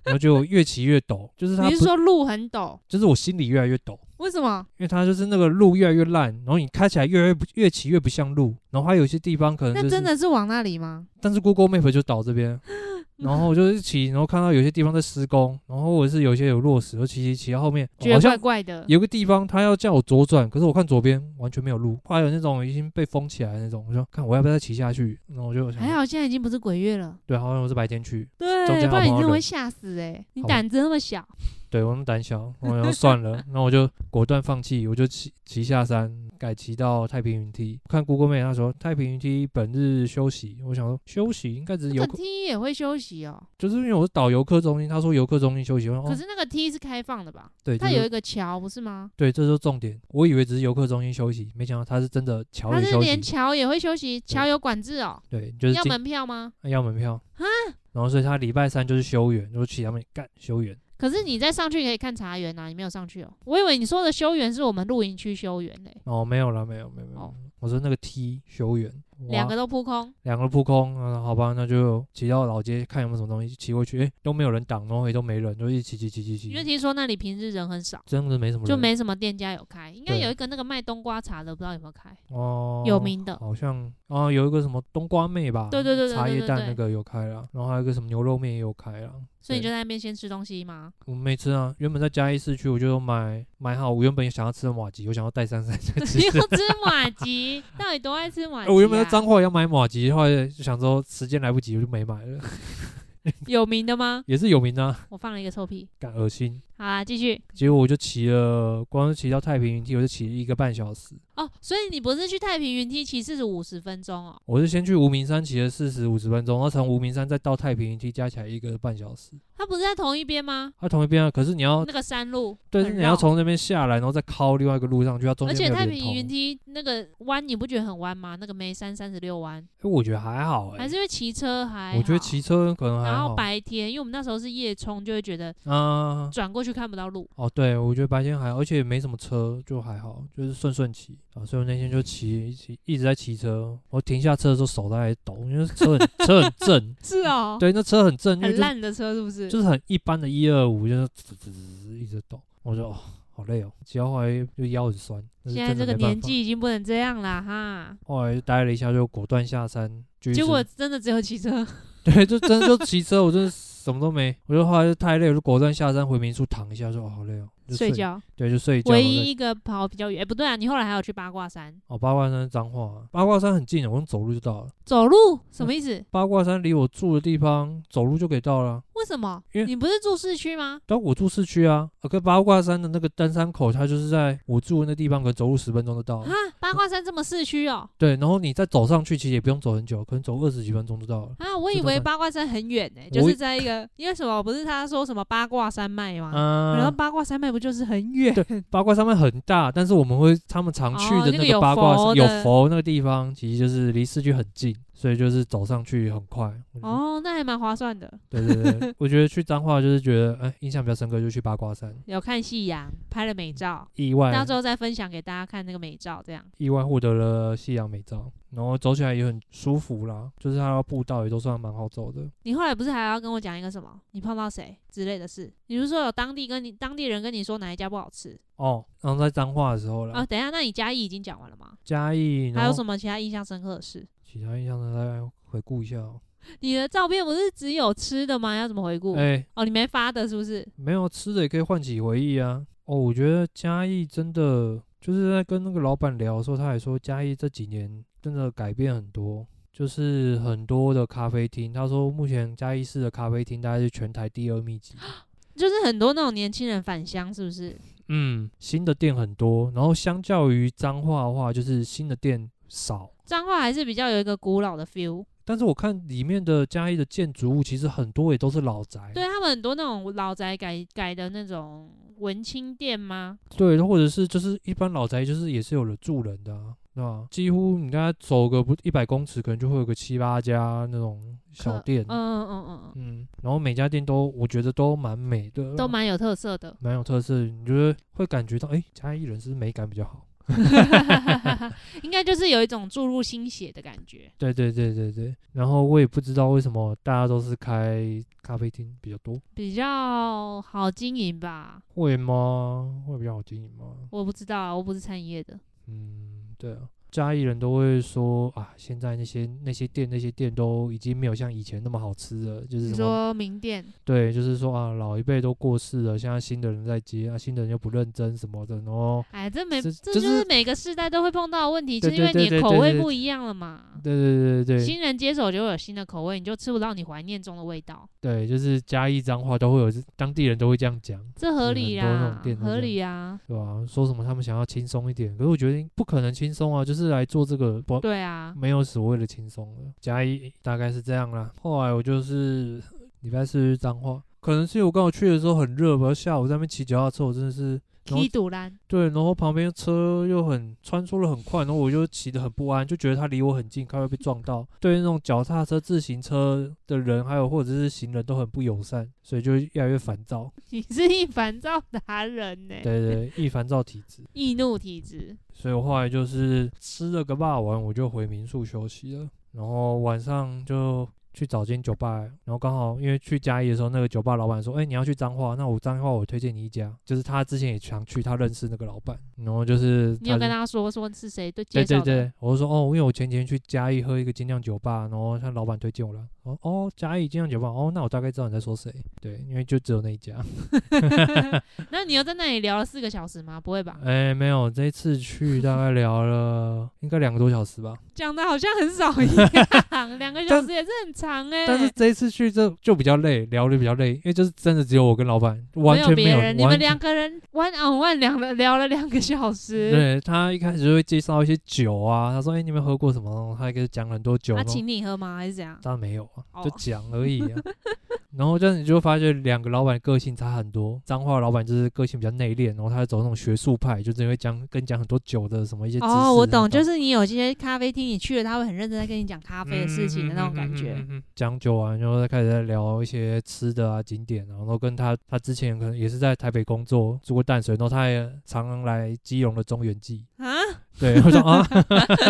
Speaker 1: 然后就越骑越陡，就是它
Speaker 2: 你
Speaker 1: 不
Speaker 2: 是说路很陡？
Speaker 1: 就是我心里越来越陡。
Speaker 2: 为什么？
Speaker 1: 因为它就是那个路越来越烂，然后你开起来越来越不越骑越不像路，然后还有一些地方可能、就
Speaker 2: 那
Speaker 1: 是、
Speaker 2: 真的是往那里吗？
Speaker 1: 但是 Google Map 就导
Speaker 2: [LAUGHS]
Speaker 1: 这边，然后我就是骑，然后看到有些地方在施工，然后或者是有些有落石，我骑骑骑到后面，
Speaker 2: 觉
Speaker 1: 哦
Speaker 2: 得
Speaker 1: 好像
Speaker 2: 怪怪的。
Speaker 1: 有个地方他要叫我左转，可是我看左边完全没有路，还有那种已经被封起来的那种，我说看我要不要再骑下去，然后我就想
Speaker 2: 还，好现在已经不是鬼月了，
Speaker 1: 对，好像我是白天去，
Speaker 2: 对
Speaker 1: 中间
Speaker 2: 不然
Speaker 1: 好
Speaker 2: 你真
Speaker 1: 不好
Speaker 2: 的
Speaker 1: 忍
Speaker 2: 会吓死哎、你
Speaker 1: 好
Speaker 2: 胆子那么小，
Speaker 1: 对我那么胆小，我想说算了，那我就果断放弃，我就骑骑下山，改骑到太平云梯。看 Google Map 那时候太平云梯本日休息，我想说休息应该只是游
Speaker 2: 那
Speaker 1: 客
Speaker 2: 个，梯也会休息哦、
Speaker 1: 就是因为我是导游客中心，他说游客中心休息，我想
Speaker 2: 可
Speaker 1: 哦，
Speaker 2: 是那个梯是开放的吧？
Speaker 1: 对，
Speaker 2: 它
Speaker 1: 就是
Speaker 2: 有一个桥，不是吗？
Speaker 1: 对，这就是重点。我以为只是游客中心休息，没想到他是真的桥
Speaker 2: 它
Speaker 1: 也
Speaker 2: 是
Speaker 1: 休
Speaker 2: 连
Speaker 1: 息。
Speaker 2: 桥也会休息，桥有管制哦、
Speaker 1: 对，就是
Speaker 2: 要
Speaker 1: 进
Speaker 2: 门啊票吗？
Speaker 1: 要门票然后所以他礼拜三就是休园，就去他们干休园。
Speaker 2: 可是你在上去可以看茶园啊，你没有上去哦、我以为你说的修园是我们露营区修园嘞、
Speaker 1: 哦，没有了，没有，没有，没有。
Speaker 2: 哦
Speaker 1: 我说那个 T 休园，哇
Speaker 2: 两个都扑空，
Speaker 1: 两个扑空，嗯，好吧，那就骑到老街看有没有什么东西，骑过去，诶，都没有人挡，然哦后也都没人，就一起骑骑骑骑
Speaker 2: 因为
Speaker 1: 骑，
Speaker 2: 听说那里平日人很少，
Speaker 1: 真的没什么人，
Speaker 2: 就没什么店家有开，应该
Speaker 1: 对
Speaker 2: 有一个那个卖冬瓜茶的，不知道有没有开，
Speaker 1: 哦，
Speaker 2: 有名的
Speaker 1: 好像啊，有一个什么冬瓜妹吧，
Speaker 2: 对对对对
Speaker 1: 茶
Speaker 2: 对
Speaker 1: 叶
Speaker 2: 对
Speaker 1: 蛋
Speaker 2: 对
Speaker 1: 那个有开了，然后还有一个什么牛肉面也有开了，
Speaker 2: 所以你就
Speaker 1: 对
Speaker 2: 在那边先吃东西
Speaker 1: [LAUGHS]
Speaker 2: 吗？
Speaker 1: 我没吃啊，原本在嘉义市区，我就买买好，我原本也想要吃马吉，我想要带三三再吃
Speaker 2: 你。要吃马吉，到底多爱吃马吉、啊？
Speaker 1: [LAUGHS] 我原本在彰化也要买马吉，后来就想说时间来不及，我就没买了。 [LAUGHS]
Speaker 2: 有名的吗？
Speaker 1: 也是有名的、啊，
Speaker 2: 我放了一个臭屁。
Speaker 1: 敢恶心。
Speaker 2: 好啦，继续
Speaker 1: 结果我就骑了，光是骑到太平云梯，我就骑了一个半小时。
Speaker 2: 哦。所以你不是去太平云梯骑四十五十分钟哦？
Speaker 1: 我是先去无名山骑了四十五十分钟，然后从无名山再到太平云梯，加起来一个半小时。
Speaker 2: 它不是在同一边吗？
Speaker 1: 它、同一边啊，可是你要，
Speaker 2: 那个山路，
Speaker 1: 对，
Speaker 2: 很
Speaker 1: 你要
Speaker 2: 绕。
Speaker 1: 从那边下来，然后再靠另外一个路上去，它中
Speaker 2: 而
Speaker 1: 间
Speaker 2: 且
Speaker 1: 没有
Speaker 2: 太
Speaker 1: 连
Speaker 2: 平云
Speaker 1: 通。
Speaker 2: 梯那个弯，你不觉得很弯吗？那个眉山三十六弯，
Speaker 1: 哎我觉得还好、欸，
Speaker 2: 还是因为骑车还
Speaker 1: 我觉得
Speaker 2: 好
Speaker 1: 骑车可能还
Speaker 2: 然后
Speaker 1: 好。
Speaker 2: 白天，因为我们那时候是夜冲，就会觉得
Speaker 1: 啊，
Speaker 2: 转过去看不到
Speaker 1: [LAUGHS]
Speaker 2: 路。
Speaker 1: 哦，对，我觉得白天还好，而且也没什么车，就还好，就是顺顺骑啊。所以我那天就骑，一骑一直在骑车。我停下车的时候手都在抖，因为车很
Speaker 2: [LAUGHS]
Speaker 1: 车很正，
Speaker 2: 是 [LAUGHS] 哦，
Speaker 1: 对，那车很正，因为
Speaker 2: 很
Speaker 1: 就是
Speaker 2: 烂的车是不是？
Speaker 1: 就是很一般的一二五，就是滋滋滋滋一直抖。我就哦，好累哦，骑到后来就腰很酸。那是
Speaker 2: 现在
Speaker 1: 真
Speaker 2: 这
Speaker 1: 的
Speaker 2: 个
Speaker 1: 没办
Speaker 2: 年
Speaker 1: 法，
Speaker 2: 纪已经不能这样啦哈。
Speaker 1: 后来就待了一下，就果断下山。继续
Speaker 2: 结
Speaker 1: 吃
Speaker 2: 果真的只有骑车，
Speaker 1: 对，就真的就骑车，我真的什么都没。我就后来就太累，我就果断下山回民宿躺一下，说哦好累哦， [LAUGHS] 就
Speaker 2: 睡。觉。
Speaker 1: 对，就睡觉。
Speaker 2: 唯
Speaker 1: 我再
Speaker 2: 一一个跑比较远，哎、不对啊，你后来还有去八卦山
Speaker 1: 哦，八卦山是彰化啊，八卦山很近，我用走路就到了。
Speaker 2: 走路，什么意思？
Speaker 1: 八卦山离我住的地方走路就可以到了啊。
Speaker 2: 为什么？
Speaker 1: 因为
Speaker 2: 你不是住市区吗？
Speaker 1: 但我住市区啊，啊跟八卦山的那个登山口，它就是在我住的那地方，可能走路十分钟就到
Speaker 2: 啊
Speaker 1: 了。，
Speaker 2: 八卦山这么市区哦、
Speaker 1: 对，然后你再走上去，其实也不用走很久，可能走二十几分钟就到了。
Speaker 2: 啊，我
Speaker 1: 这
Speaker 2: 以
Speaker 1: 都
Speaker 2: 为
Speaker 1: 算
Speaker 2: 八卦山很远呢、哎
Speaker 1: 我
Speaker 2: 就
Speaker 1: 以
Speaker 2: 是在一个，因为什么？不是他说什么八卦山脉吗？然后
Speaker 1: 嗯，
Speaker 2: 八卦山脉不就是很远？
Speaker 1: 八卦山脉很大，但是我们会他们常去
Speaker 2: 哦
Speaker 1: 的
Speaker 2: 那个
Speaker 1: 个
Speaker 2: 有
Speaker 1: 八卦山、
Speaker 2: 佛
Speaker 1: 有
Speaker 2: 的
Speaker 1: 佛那个地方，其实就是离市区很近，所以就是走上去很快。我就
Speaker 2: 哦，那还蛮划算的。
Speaker 1: 对对对，我觉得去彰化就是觉得，哎，印象比较深刻，就去八卦山。
Speaker 2: 有看夕阳，拍了美照，
Speaker 1: 意外，
Speaker 2: 到最后再分享给大家看那个美照，这样。
Speaker 1: 意外获得了夕阳美照，然后走起来也很舒服啦，就是它的步道也都算蛮好走的。
Speaker 2: 你后来不是还要跟我讲一个什么？你碰到谁之类的事？你不是说有当地跟你当地人跟你说哪一家不好吃？
Speaker 1: 哦，然后在彰化的时候啦，
Speaker 2: 啊，等一下，那你嘉义已经讲完了吗？
Speaker 1: 嘉义，然
Speaker 2: 还有
Speaker 1: 后
Speaker 2: 什么其他印象深刻的事？
Speaker 1: 其他印象呢？来回顾一下、哦。
Speaker 2: 你的照片不是只有吃的吗？要怎么回顾？
Speaker 1: 哎、
Speaker 2: 哦，你没发的是不是？
Speaker 1: 没有吃的也可以唤起回忆啊。哦，我觉得嘉义真的就是在跟那个老板聊的时候，他还说嘉义这几年真的改变很多，就是很多的咖啡厅，他说目前嘉义市的咖啡厅大概是全台第二密集。
Speaker 2: 就是很多那种年轻人返乡，是不是？
Speaker 1: 嗯，新的店很多，然后相较于彰化的话，就是新的店少。
Speaker 2: 彰化还是比较有一个古老的 feel，
Speaker 1: 但是我看里面的嘉义的建筑物，其实很多也都是老宅，
Speaker 2: 对他啊们很多那种老宅改改的那种文青店吗？
Speaker 1: 对，或者是就是一般老宅就是也是有了住人的、啊，对吧？几乎你跟他走个不一百公尺，可能就会有个七八家那种小
Speaker 2: 可
Speaker 1: 店
Speaker 2: 嗯，嗯嗯嗯
Speaker 1: 嗯，然后每家店都我觉得都蛮美的，。
Speaker 2: 嗯，都蛮有特色的 [LAUGHS]
Speaker 1: 蛮有特色，你觉得会感觉到哎，嘉义人是不是美感比较好？
Speaker 2: 应该就是有一种注入心血的感觉。
Speaker 1: 对对对对对，然后我也不知道为什么大家都是开咖啡厅比较多，
Speaker 2: 比较好经营吧，
Speaker 1: 会吗？会比较好经营吗？
Speaker 2: 我不知道啊，我不是餐饮业的。
Speaker 1: 嗯，对啊，嘉义人都会说啊，现在那些那些店那些店都已经没有像以前那么好吃了，就是
Speaker 2: 你
Speaker 1: 什么
Speaker 2: 说名店，
Speaker 1: 对，就是说啊，老一辈都过世了，现在新的人在接啊，新的人又不认真什么的，然后
Speaker 2: 哎，这每
Speaker 1: 这
Speaker 2: 这
Speaker 1: 就
Speaker 2: 就是是每个世代都会碰到的问题，就
Speaker 1: 对
Speaker 2: 是因为
Speaker 1: 对
Speaker 2: 你
Speaker 1: 对
Speaker 2: 的口
Speaker 1: 对
Speaker 2: 味
Speaker 1: 对
Speaker 2: 不一样了嘛。
Speaker 1: 对对对对
Speaker 2: 嗯
Speaker 1: 对
Speaker 2: 新人接手就会有新的口味，你就吃不到你怀念中的味道，
Speaker 1: 对，就是嘉义脏话都会有这，当地人都会这样讲，
Speaker 2: 这合理
Speaker 1: 很多那种
Speaker 2: 啦
Speaker 1: 店，都这
Speaker 2: 合
Speaker 1: 样
Speaker 2: 理啊，
Speaker 1: 对吧、说什么他们想要轻松一点，可是我觉得不可能轻松啊，就是来做这个不
Speaker 2: 对啊，
Speaker 1: 没有所谓的轻松了。嘉义大概是这样啦。后来我就是礼拜四去彰化，可能是因为我刚好去的时候很热吧，下午在那边骑脚踏车，我真的是然后
Speaker 2: 踢赌篮，
Speaker 1: 对，然后旁边车又很穿梭的很快，然后我就骑得很不安，就觉得它离我很近，快会被撞到。对那种脚踏车、自行车的人，还有或者是行人都很不友善，所以就越来越烦躁。
Speaker 2: 你是一烦躁达人呢、
Speaker 1: 对对对，易烦躁体质。
Speaker 2: 易怒体质，
Speaker 1: 所以我后来就是吃了个霸王，我就回民宿休息了。然后晚上就去找间酒吧，然后刚好因为去嘉义的时候，那个酒吧老板说：“哎、你要去彰化，那我彰化我推荐你一家，就是他之前也常去，他认识那个老板。然后就是
Speaker 2: 你有
Speaker 1: 就
Speaker 2: 跟他说说是谁对介
Speaker 1: 对
Speaker 2: 绍
Speaker 1: 对
Speaker 2: 的？ [LAUGHS]
Speaker 1: 对，我就说哦，因为我前几天去嘉义喝一个精酿酒吧，然后他老板推荐我了。哦哦，嘉义精酿酒吧，哦，那我大概知道你在说谁。对，因为就只有那一家。
Speaker 2: 那你又在那里聊了四个小时吗？不会吧？
Speaker 1: 哎、没有，这一次去大概聊了应该两个多小时吧。
Speaker 2: 讲的好像很少一
Speaker 1: [LAUGHS]
Speaker 2: 样，两个小
Speaker 1: 但
Speaker 2: 时也是很长哎、
Speaker 1: 但是这一次去这就比较累，聊的比较累，因为就是真的只有我跟老板，完全
Speaker 2: 没
Speaker 1: 有
Speaker 2: 有别人，你
Speaker 1: 完
Speaker 2: 们
Speaker 1: 全
Speaker 2: 两个人 one on one 两了聊了两个小时，
Speaker 1: 对他一开始就会介绍一些酒啊，他说：“哎、你们喝过什么？”他给讲很多酒，
Speaker 2: 他
Speaker 1: 然后
Speaker 2: 啊请你喝吗？还是怎样？
Speaker 1: 当然没有啊，
Speaker 2: 哦
Speaker 1: 就讲而已啊。然后这样你就会发现两个老板个性差很多。彰化老板就是个性比较内敛，然后他是走那种学术派，就只会讲跟你讲很多酒的什么一些知识那种。
Speaker 2: 哦，我懂，就是你有些咖啡厅你去了，他会很认真在跟你讲咖
Speaker 1: 咖
Speaker 2: 啡的事情的那种感觉。
Speaker 1: 讲酒完，然后再开始在聊一些吃的啊、景点啊，然后跟他他之前可能也是在台北工作，住过淡水，然后他也常常来基隆的中原记。
Speaker 2: 啊，
Speaker 1: 对，我说啊，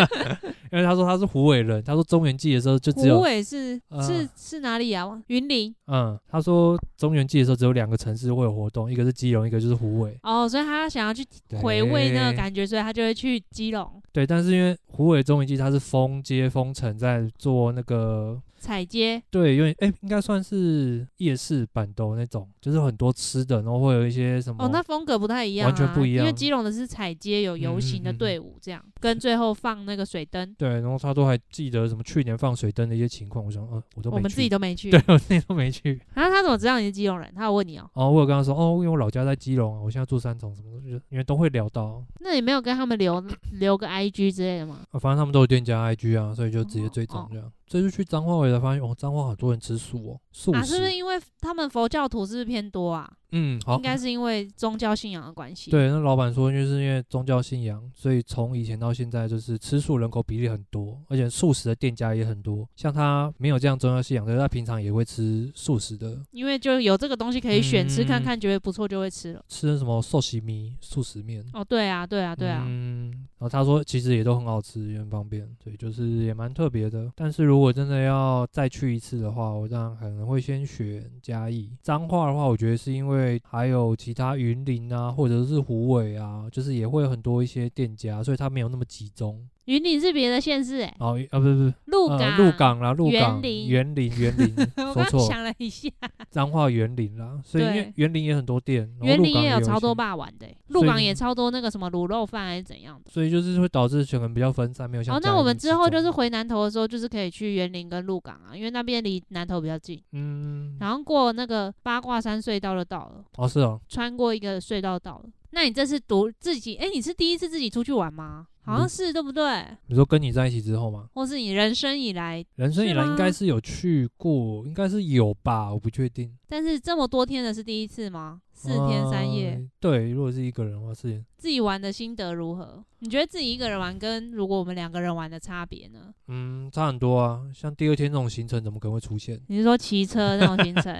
Speaker 1: [LAUGHS] 因为他说他是湖尾人，他说中原记的时候就只
Speaker 2: 湖
Speaker 1: 有
Speaker 2: 尾是
Speaker 1: 呃
Speaker 2: 是是哪里啊？云林
Speaker 1: 嗯，他说中原记的时候只有两个城市会有活动，一个是基隆，一个就是湖尾。
Speaker 2: 哦，所以他想要去
Speaker 1: 对
Speaker 2: 回味那个感觉，所以他就会去基隆
Speaker 1: 对，但是因为湖尾中原记它是封街封城，在做那个
Speaker 2: 踩街。
Speaker 1: 对，有点哎、应该算是夜市板豆那种，就是很多吃的，然后会有一些什么
Speaker 2: 哦，那风格不太一样、啊，
Speaker 1: 完全不一样嗯
Speaker 2: 因为基隆的是踩街，有游行的队伍这样，跟最后放那个水灯，
Speaker 1: 对，然后他都还记得什么去年放水灯的一些情况，我想，呃，我都没
Speaker 2: 我们
Speaker 1: 去
Speaker 2: 自己都没去。
Speaker 1: 对我自己都没去。
Speaker 2: 然后他怎么知道你是基隆人？他有问你哦。
Speaker 1: 哦，我有跟他说，哦，因为我老家在基隆啊，我现在住三重什么的，就是因为都会聊到、
Speaker 2: 那你没有跟他们留留个 IG 之类的吗？
Speaker 1: 啊，反正他们都有店家 IG 啊，所以就直接
Speaker 2: 哦
Speaker 1: 追踪
Speaker 2: 哦
Speaker 1: 这样。这次去彰化我也才发现，哦，彰化好多人吃素哦，素食，
Speaker 2: 啊，是不是因为他们佛教徒是不是偏多啊？
Speaker 1: 嗯，好
Speaker 2: 应，该是因为宗教信仰的关系。，
Speaker 1: 对，那老板说，就是因为宗教信仰，所以从以前到现在，就是吃素人口比例很多，而且素食的店家也很多。像他没有这样宗教信仰，但是他平常也会吃素食的，
Speaker 2: 因为就有这个东西可以选、
Speaker 1: 嗯
Speaker 2: 吃看看，觉得不错就会吃了。
Speaker 1: 吃什么寿喜米、素食面。
Speaker 2: 哦，对啊，对啊，对啊。
Speaker 1: 嗯，然后他说其实也都很好吃，也很方便，对，就是也蛮特别的。但是如果真的要再去一次的话，我当然可能会先选嘉义。彰化的话，我觉得是因为还有其他云林啊，或者是虎尾啊，就是也会有很多一些店家，所以它没有那么集中。
Speaker 2: 云林是别的县市哎、欸，
Speaker 1: 哦，啊，不是不是，
Speaker 2: 鹿港。
Speaker 1: 呃，鹿。港啦，鹿
Speaker 2: 园
Speaker 1: 港、
Speaker 2: 林
Speaker 1: 园林、园林，
Speaker 2: [LAUGHS] 我刚
Speaker 1: 说
Speaker 2: 刚
Speaker 1: 错，
Speaker 2: 想了一下，
Speaker 1: 彰化园林啦，所以因为
Speaker 2: 对
Speaker 1: 园林也很多店，然后
Speaker 2: 园
Speaker 1: 哦鹿
Speaker 2: 林
Speaker 1: 港
Speaker 2: 也有
Speaker 1: 一
Speaker 2: 超多
Speaker 1: 些，
Speaker 2: 霸碗的欸、
Speaker 1: 所以
Speaker 2: 鹿港也超多那个什么卤肉饭还是怎样的。
Speaker 1: 所以就是会导致可能比较分散，没有像
Speaker 2: 哦，
Speaker 1: 嘉
Speaker 2: 那我
Speaker 1: 义
Speaker 2: 们
Speaker 1: 集
Speaker 2: 之后就
Speaker 1: 中
Speaker 2: 是回南投的时候，就是可以去园林跟鹿港啊，因为那边离南投比较近，
Speaker 1: 嗯，
Speaker 2: 然后过那个八卦山隧道就到了，
Speaker 1: 哦是哦，
Speaker 2: 穿过一个隧道到了。那你这次独自己，哎、你是第一次自己出去玩吗？好像
Speaker 1: 嗯
Speaker 2: 是，对不对？
Speaker 1: 你说跟你在一起之后吗？
Speaker 2: 或是你人生以来，
Speaker 1: 人生以
Speaker 2: 是
Speaker 1: 来
Speaker 2: 吗
Speaker 1: 应该是有去过，应该是有吧，我不确定。
Speaker 2: 但是这么多天的是第一次吗？四天三夜，
Speaker 1: 呃对，如果是一个人的话，四天。
Speaker 2: 自己玩的心得如何？你觉得自己一个人玩跟如果我们两个人玩的差别呢？？
Speaker 1: 嗯，差很多啊！像第二天那种行程，怎么可能会出现
Speaker 2: 你是说骑车那种行程？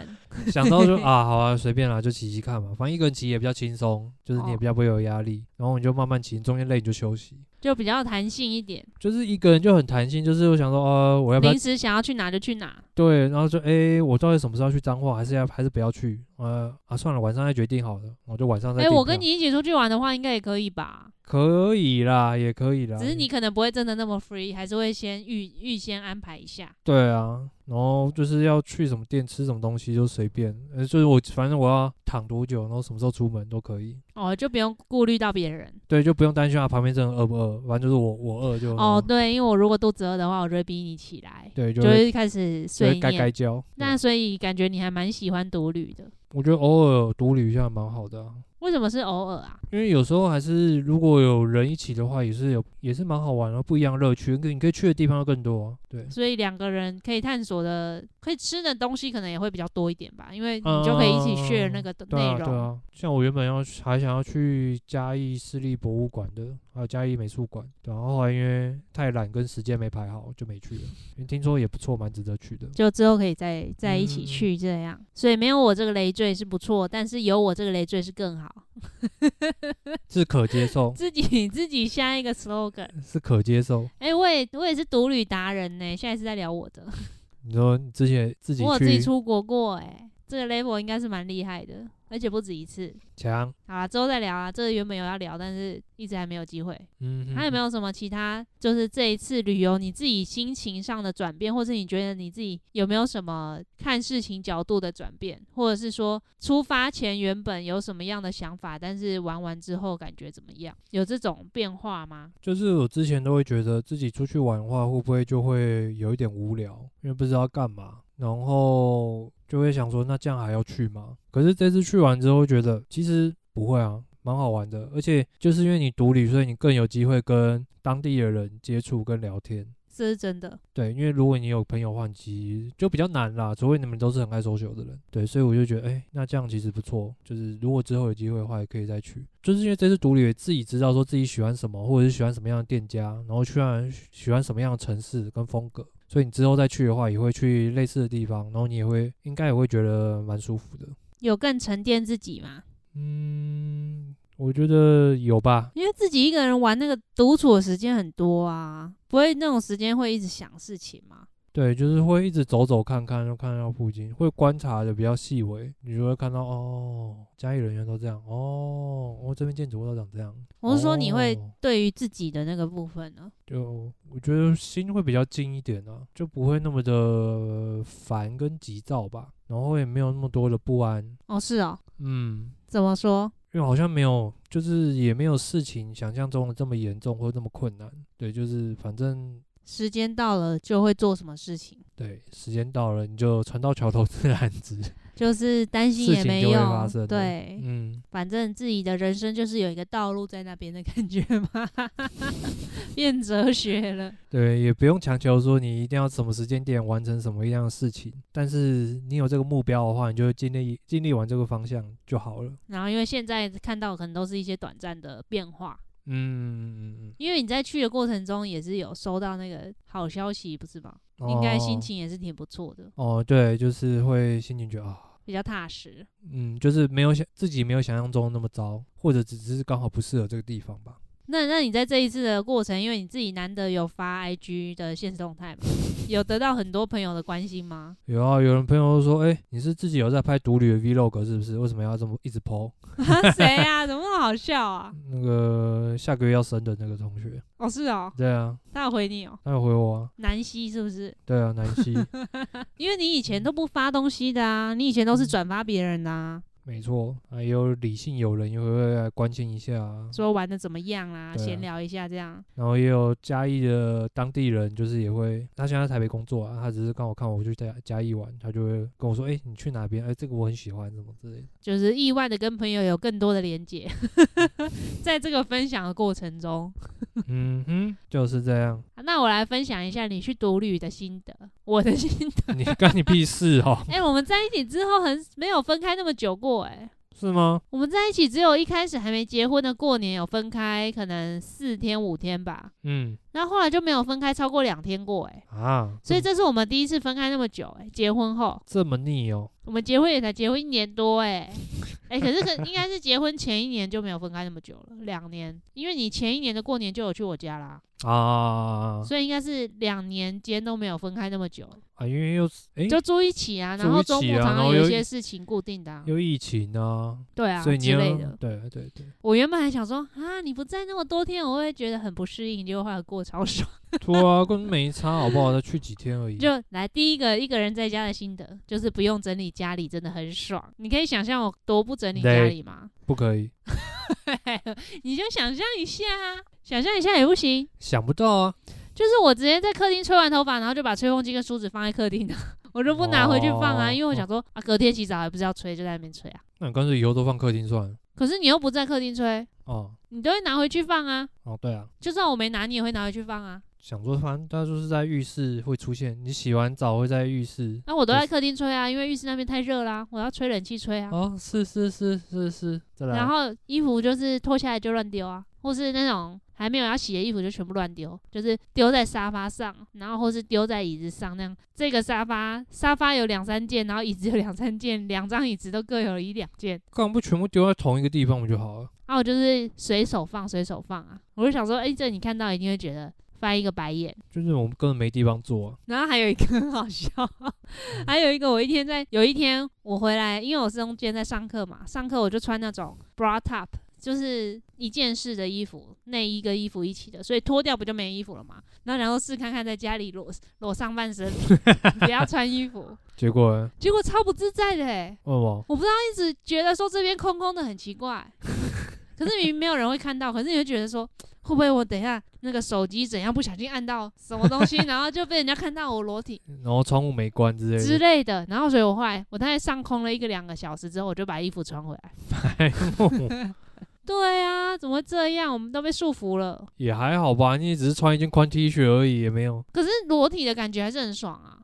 Speaker 1: 想
Speaker 2: [LAUGHS]
Speaker 1: 到就啊，好啊，随便啦，就骑骑看嘛，反正一个人骑也比较轻松，就是你也
Speaker 2: 哦
Speaker 1: 比较不会有压力，然后你就慢慢骑，中间累你就休息。
Speaker 2: 就比较弹性一点，
Speaker 1: 就是一个人就很弹性，就是我想说，呃，我要不要
Speaker 2: 临时想要去哪就去哪。
Speaker 1: 对，然后就诶，我到底什么时候要去彰化，还是要还是不要去？呃啊，算了，晚上再决定好了，我就晚上再
Speaker 2: 哎、
Speaker 1: 订票。
Speaker 2: 我跟你一起出去玩的话，应该也可以吧？
Speaker 1: 可以啦，也可以啦。
Speaker 2: 只是你可能不会真的那么 free，还是会先预预先安排一下。
Speaker 1: 对啊，然后就是要去什么店吃什么东西就随便，呃，就是我反正我要躺多久，然后什么时候出门都可以。
Speaker 2: 哦，就不用顾虑到别人。
Speaker 1: 对，就不用担心啊，旁边这人饿不饿，反正就是我我饿就
Speaker 2: 哦，对，因为我如果肚子饿的话，我就会逼你起来，
Speaker 1: 对，就
Speaker 2: 就
Speaker 1: 会
Speaker 2: 会开始
Speaker 1: 就
Speaker 2: 碎
Speaker 1: 会该该
Speaker 2: 念。
Speaker 1: 叫。
Speaker 2: 那
Speaker 1: 对
Speaker 2: 所以感觉你还蛮喜欢独旅的，
Speaker 1: 我觉得偶尔独旅一下蛮好的啊、
Speaker 2: 为什么是偶尔啊？
Speaker 1: 因为有时候还是如果有人一起的话，也是有也是蛮好玩的，啊不一样的乐趣，跟你可以去的地方又更多啊、对，
Speaker 2: 所以两个人可以探索的、可以吃的东西可能也会比较多一点吧，因为你就可以一起
Speaker 1: 嗯
Speaker 2: share 那个的
Speaker 1: 对
Speaker 2: 内
Speaker 1: 啊，对
Speaker 2: 容。
Speaker 1: 啊。像我原本要去还想要去嘉义市立博物馆的，还有嘉义美术馆，对然后后来因为太懒跟时间没排好，就没去了。因为听说也不错，蛮值得去的。
Speaker 2: 就之后可以再再一起
Speaker 1: 嗯
Speaker 2: 去这样，所以没有我这个累赘是不错，但是有我这个累赘是更好。，
Speaker 1: 是可接受
Speaker 2: 自己 [LAUGHS] 自己下一个 slogan，
Speaker 1: 是可接受。
Speaker 2: 哎、我也我也是独旅达人呢、下一次再聊我的。
Speaker 1: 你说你之前自己
Speaker 2: 我有自己
Speaker 1: 去
Speaker 2: 出国过、哎，这个 level 应该是蛮厉害的，而且不止一次。
Speaker 1: 强，
Speaker 2: 好啦，之后再聊啊，这个原本有要聊，但是一直还没有机会。
Speaker 1: 嗯，
Speaker 2: 还有没
Speaker 1: 有？
Speaker 2: 有什么其他？就是这一次旅游，你自己心情上的转变，或是你觉得你自己有没有什么看事情角度的转变，或者是说出发前原本有什么样的想法，但是玩完之后感觉怎么样？有这种变化吗？
Speaker 1: 就是我之前都会觉得自己出去玩的话，会不会就会有一点无聊，因为不知道干嘛，然后就会想说，那这样还要去吗？可是这次去完之后，觉得其实不会啊，蛮好玩的，而且就是因为你独旅，所以你更有机会跟当地的人接触跟聊天。
Speaker 2: 这是真的，
Speaker 1: 对，因为如果你有朋友换机，就比较难啦，除非你们都是很爱 social 的人。对，所以我就觉得，哎、那这样其实不错。就是如果之后有机会的话，也可以再去。就是因为这次独旅，自己知道说自己喜欢什么，或者是喜欢什么样的店家，然后喜欢喜欢什么样的城市跟风格。所以你之后再去的话，也会去类似的地方，然后你也会应该也会觉得蛮舒服的。
Speaker 2: 有更沉淀自己吗？
Speaker 1: 嗯，我觉得有吧。
Speaker 2: 因为自己一个人玩那个独处的时间很多啊，不会那种时间会一直想事情吗？
Speaker 1: 对，就是会一直走走看看，就看到附近，会观察的比较细微，你就会看到哦，家里人员都这样，哦，哦这边建筑物都长这样。
Speaker 2: 我是说你会
Speaker 1: 哦
Speaker 2: 对于自己的那个部分呢？
Speaker 1: 就我觉得心会比较静一点啊，就不会那么的烦跟急躁吧，然后也没有那么多的不安，
Speaker 2: 哦，是哦，
Speaker 1: 嗯，
Speaker 2: 怎么说？
Speaker 1: 因为好像没有，就是也没有事情想象中的这么严重或者这么困难，对，就是反正
Speaker 2: 时间到了就会做什么事情，
Speaker 1: 对，时间到了你就船到桥头自然直，
Speaker 2: 就是担心也没
Speaker 1: 事情就会发
Speaker 2: 用。
Speaker 1: 生了
Speaker 2: 对，
Speaker 1: 嗯。
Speaker 2: 反正自己的人生就是有一个道路在那边的感觉嘛， [LAUGHS] 变哲学了。
Speaker 1: 对，也不用强求说你一定要什么时间点完成什么样的事情，但是你有这个目标的话，你就尽力尽力往这个方向就好了。
Speaker 2: 然后因为现在看到可能都是一些短暂的变化，
Speaker 1: 嗯，
Speaker 2: 因为你在去的过程中也是有收到那个好消息，不是吗？
Speaker 1: 哦
Speaker 2: 应该心情也是挺不错的，
Speaker 1: 哦，对，就是会心情觉得啊，
Speaker 2: 比较踏实。
Speaker 1: 嗯，就是没有想自己没有想象中那么糟，或者只是刚好不适合这个地方吧。
Speaker 2: 那那你在这一次的过程，因为你自己难得有发 IG 的现实动态嘛，有得到很多朋友的关心吗？
Speaker 1: 有啊，有人朋友说，哎、你是自己有在拍独旅的 vlog 是不是？为什么要这么一直 po？
Speaker 2: 啊谁啊？怎么那么好笑啊？
Speaker 1: 那个下个月要生的那个同学，
Speaker 2: 哦，是哦，
Speaker 1: 对啊，
Speaker 2: 他有回你哦，
Speaker 1: 他有回我啊，
Speaker 2: 南希是不是？
Speaker 1: 对啊，南希，嗯
Speaker 2: 因为你以前都不发东西的啊，你以前都是转发别人的啊。
Speaker 1: 没错，还有理性友人也会来关心一下啊，
Speaker 2: 说玩的怎么样啦，
Speaker 1: 对啊
Speaker 2: 闲、聊一下这样。
Speaker 1: 然后也有嘉义的当地人，就是也会，他现在在台北工作啊，他只是刚好看我去嘉嘉义玩，他就会跟我说，哎、你去哪边？哎、这个我很喜欢，什么之类的。
Speaker 2: 就是意外的跟朋友有更多的连接， [LAUGHS] 在这个分享的过程中，
Speaker 1: 嗯哼，就是这样。
Speaker 2: 那我来分享一下你去独旅的心得，我的心得。，
Speaker 1: 你干你屁事哦
Speaker 2: [LAUGHS] 哎、我们在一起之后很没有分开那么久过、哎，
Speaker 1: 是吗？
Speaker 2: 我们在一起只有一开始还没结婚的过年有分开，可能四天五天吧，
Speaker 1: 嗯
Speaker 2: 然后后来就没有分开超过两天过、哎，
Speaker 1: 啊，
Speaker 2: 所以
Speaker 1: 这
Speaker 2: 这是我们第一次分开那么久、哎，结婚后，
Speaker 1: 这么腻哦，
Speaker 2: 我们结婚也才结婚一年多哎、哎、可是可应该是结婚前一年就没有分开那么久了，两年，因为你前一年的过年就有去我家啦，
Speaker 1: 啊
Speaker 2: 所以应该是两年间都没有分开那么久，
Speaker 1: 啊，因为又是哎、
Speaker 2: 就住一起啊，然
Speaker 1: 住
Speaker 2: 后
Speaker 1: 一
Speaker 2: 中
Speaker 1: 起
Speaker 2: 部
Speaker 1: 啊
Speaker 2: 常
Speaker 1: 然
Speaker 2: 常
Speaker 1: 后
Speaker 2: 有
Speaker 1: 又
Speaker 2: 一些事情固定的、啊，
Speaker 1: 又疫情啊，
Speaker 2: 对啊
Speaker 1: 所以你
Speaker 2: 之
Speaker 1: 要
Speaker 2: 类的。
Speaker 1: 对对对
Speaker 2: 我原本还想说啊，你不在那么多天，我会觉得很不适应，结果后来过超爽。
Speaker 1: 对啊，跟没差好不好？再去几天而已。
Speaker 2: 就来第一个一个人在家的心得，就是不用整理家里，真的很爽。你可以想象我多不整理家
Speaker 1: 对
Speaker 2: 里吗？
Speaker 1: 不可以，
Speaker 2: 你就想象一下啊，想象一下也不行。
Speaker 1: 想不到啊，
Speaker 2: 就是我直接在客厅吹完头发，然后就把吹风机跟梳子放在客厅的，我就不拿回去放啊，
Speaker 1: 哦
Speaker 2: 因为我想说啊，隔天洗澡还不是要吹，就在那边吹啊。
Speaker 1: 那你干脆以后都放客厅算了。
Speaker 2: 可是你又不在客厅吹，
Speaker 1: 哦
Speaker 2: 你都会拿回去放啊。
Speaker 1: 哦，对啊，
Speaker 2: 就算我没拿，你也会拿回去放啊。
Speaker 1: 想说反正它就是在浴室会出现，你洗完澡会在浴室。
Speaker 2: 那我都在
Speaker 1: 对
Speaker 2: 客厅吹啊，因为浴室那边太热啦、我要吹冷气吹啊。
Speaker 1: 哦，啊是是是是是，再来。
Speaker 2: 然后衣服就是脱下来就乱丢啊，或是那种还没有要洗的衣服就全部乱丢，就是丢在沙发上，然后或是丢在椅子上那样。这个沙发沙发有两三件，然后椅子有两三件，两张椅子都各有一两件。
Speaker 1: 干嘛不全部丢在同一个地方不就好了？
Speaker 2: 然后我就是随手放，随手放啊。我就想说，哎、这你看到一定会觉得翻一个白眼。
Speaker 1: 就是我们根本没地方坐、啊。
Speaker 2: 然后还有一个 [LAUGHS] 很好笑，还有一个我一天在有一天我回来，因为我是中间在上课嘛，上课我就穿那种 bra top，就是一件式的衣服，内衣跟衣服一起的，所以脱掉不就没衣服了嘛？然后然后试看看在家里裸裸上半身，不要穿衣服，
Speaker 1: 结果呢
Speaker 2: 结果超不自在的、欸，
Speaker 1: 为什么？
Speaker 2: 一直觉得说这边空空的很奇怪，可是明明没有人会看到，可是你会觉得说会不会我等一下那个手机怎样不小心按到什么东西，然后就被人家看到我裸体。
Speaker 1: 然后窗户没关之类的。
Speaker 2: 之类的。然后所以我后来我大概上空了一个两个小时之后，我就把衣服穿回来。 [LAUGHS] 对啊，怎么会这样？我们都被束缚了。
Speaker 1: 也还好吧，你也只是穿一件宽 T 恤而已，也没有。
Speaker 2: 可是裸体的感觉还是很爽啊。